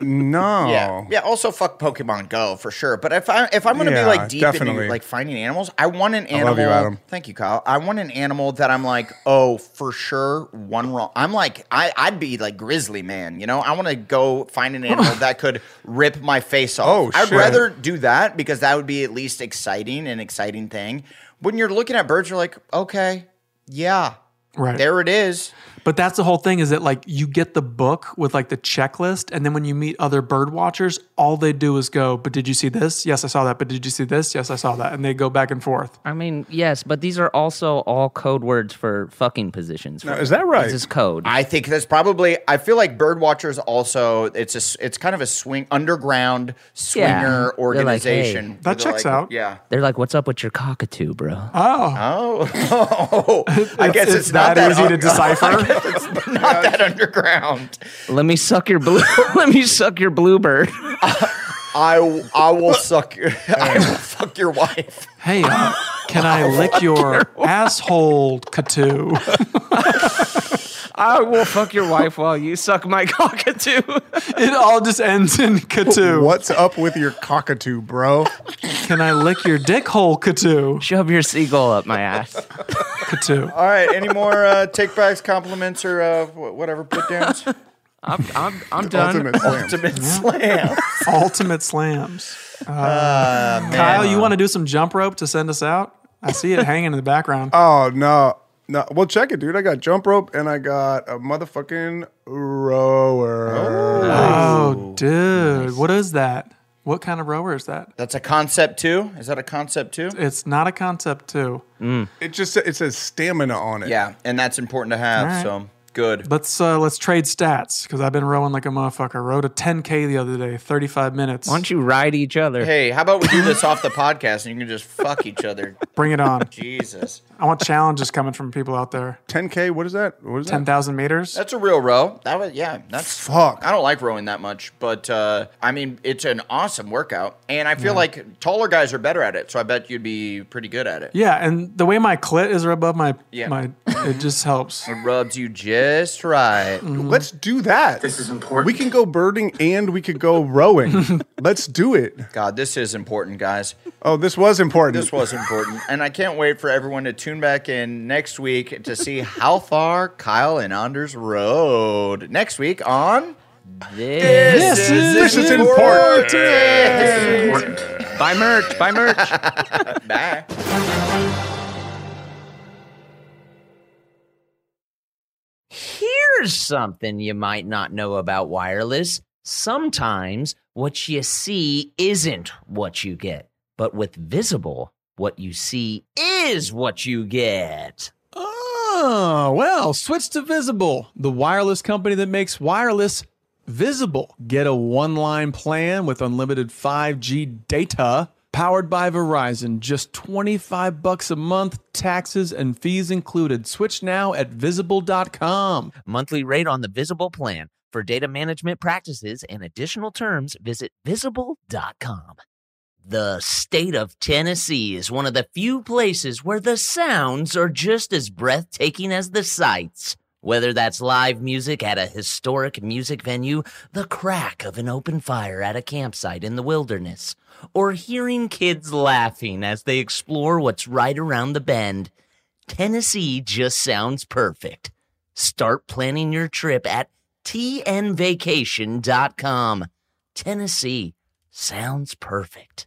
no. Yeah, yeah. Also, fuck Pokemon Go for sure. But if I if I'm gonna Yeah, be like deep definitely. into like finding animals, I want an I animal. love you, Adam. Thank you, Kyle. I want an animal that I'm like, oh, for sure, one wrong. I'm like, I I'd be like grizzly man. You know, I want to go find an animal that could rip my face off. Oh, I'd shit. rather do that because that would be at least exciting an exciting thing. When you're looking at birds, you're like, okay, yeah, Right. there it is. But that's the whole thing is that like you get the book with like the checklist, and then when you meet other bird watchers, all they do is go, But did you see this? Yes, I saw that. But did you see this? Yes, I saw that. And they go back and forth. I mean, yes, but these are also all code words for fucking positions. Now, is that right? This is code. I think that's probably. I feel like bird watchers also. It's a. s- It's kind of a swing underground swinger Yeah. They're like, organization. hey. where That they're checks like- out. Yeah. They're like, "What's up with your cockatoo, bro?" Oh. Oh. I guess it's, it's not that easy to un- decipher. I guess it's not that underground. Let me suck your blue. Let me suck your bluebird. I I will suck your. I will fuck your wife. Hey, uh, can I lick your asshole, Katoo? I will fuck your wife while you suck my cockatoo. it all just ends in Katoo. What's up with your cockatoo, bro? Can I lick your dick hole, Katoo? Shove your seagull up my ass. Katoo. All right. Any more uh, take backs, compliments, or uh, wh- whatever put downs? I'm I'm I'm Ultimate slam. Ultimate slam. Ultimate slams. Uh, Ah, Kyle, man. you want to do some jump rope to send us out? I see it hanging in the background. Oh no, no. Well, check it, dude. I got jump rope and I got a motherfucking er, rower. Oh, dude. What is that? What kind of rower is that? That's a concept too. Is that a concept too? It's not a concept, too. Mm. It just it says stamina on it. Yeah, and that's important to have. All right. So good. Let's uh, let's trade stats because I've been rowing like a motherfucker. Rowed a 10k the other day, 35 minutes. Why don't you ride each other? Hey, how about we do this off the podcast and you can just fuck each other? Bring it on. Jesus. I want challenges coming from people out there. 10k. What is that? What is that? 10,000 meters. That's a real row. That was yeah, that's Fuck. I don't like rowing that much, but uh, I mean it's an awesome workout. And I feel like taller guys are better at it, so I bet you'd be pretty good at it. Yeah, and the way my clit is above my Yeah. my, it just helps. It rubs you just right. Mm-hmm. Let's do that. This is important. We can go birding and we could go rowing. Let's do it. God, this is important, guys. Oh, this was important. This was important. Um, and I can't wait for everyone to tune back in next week to see how far Kyle and Anders rode. Next week on This This is important. Buy merch. Buy merch. Bye. Here's something you might not know about wireless. Sometimes what you see isn't what you get, but with Visible, what you see is what you get. Oh, well, switch to Visible, the wireless company that makes wireless visible. Get a one line plan with unlimited 5G data powered by Verizon. Just 25 bucks a month, taxes and fees included. Switch now at visible.com. Monthly rate on the Visible plan. For data management practices and additional terms, visit visible.com. The state of Tennessee is one of the few places where the sounds are just as breathtaking as the sights. Whether that's live music at a historic music venue, the crack of an open fire at a campsite in the wilderness, or hearing kids laughing as they explore what's right around the bend, Tennessee just sounds perfect. Start planning your trip at tnvacation.com. Tennessee sounds perfect.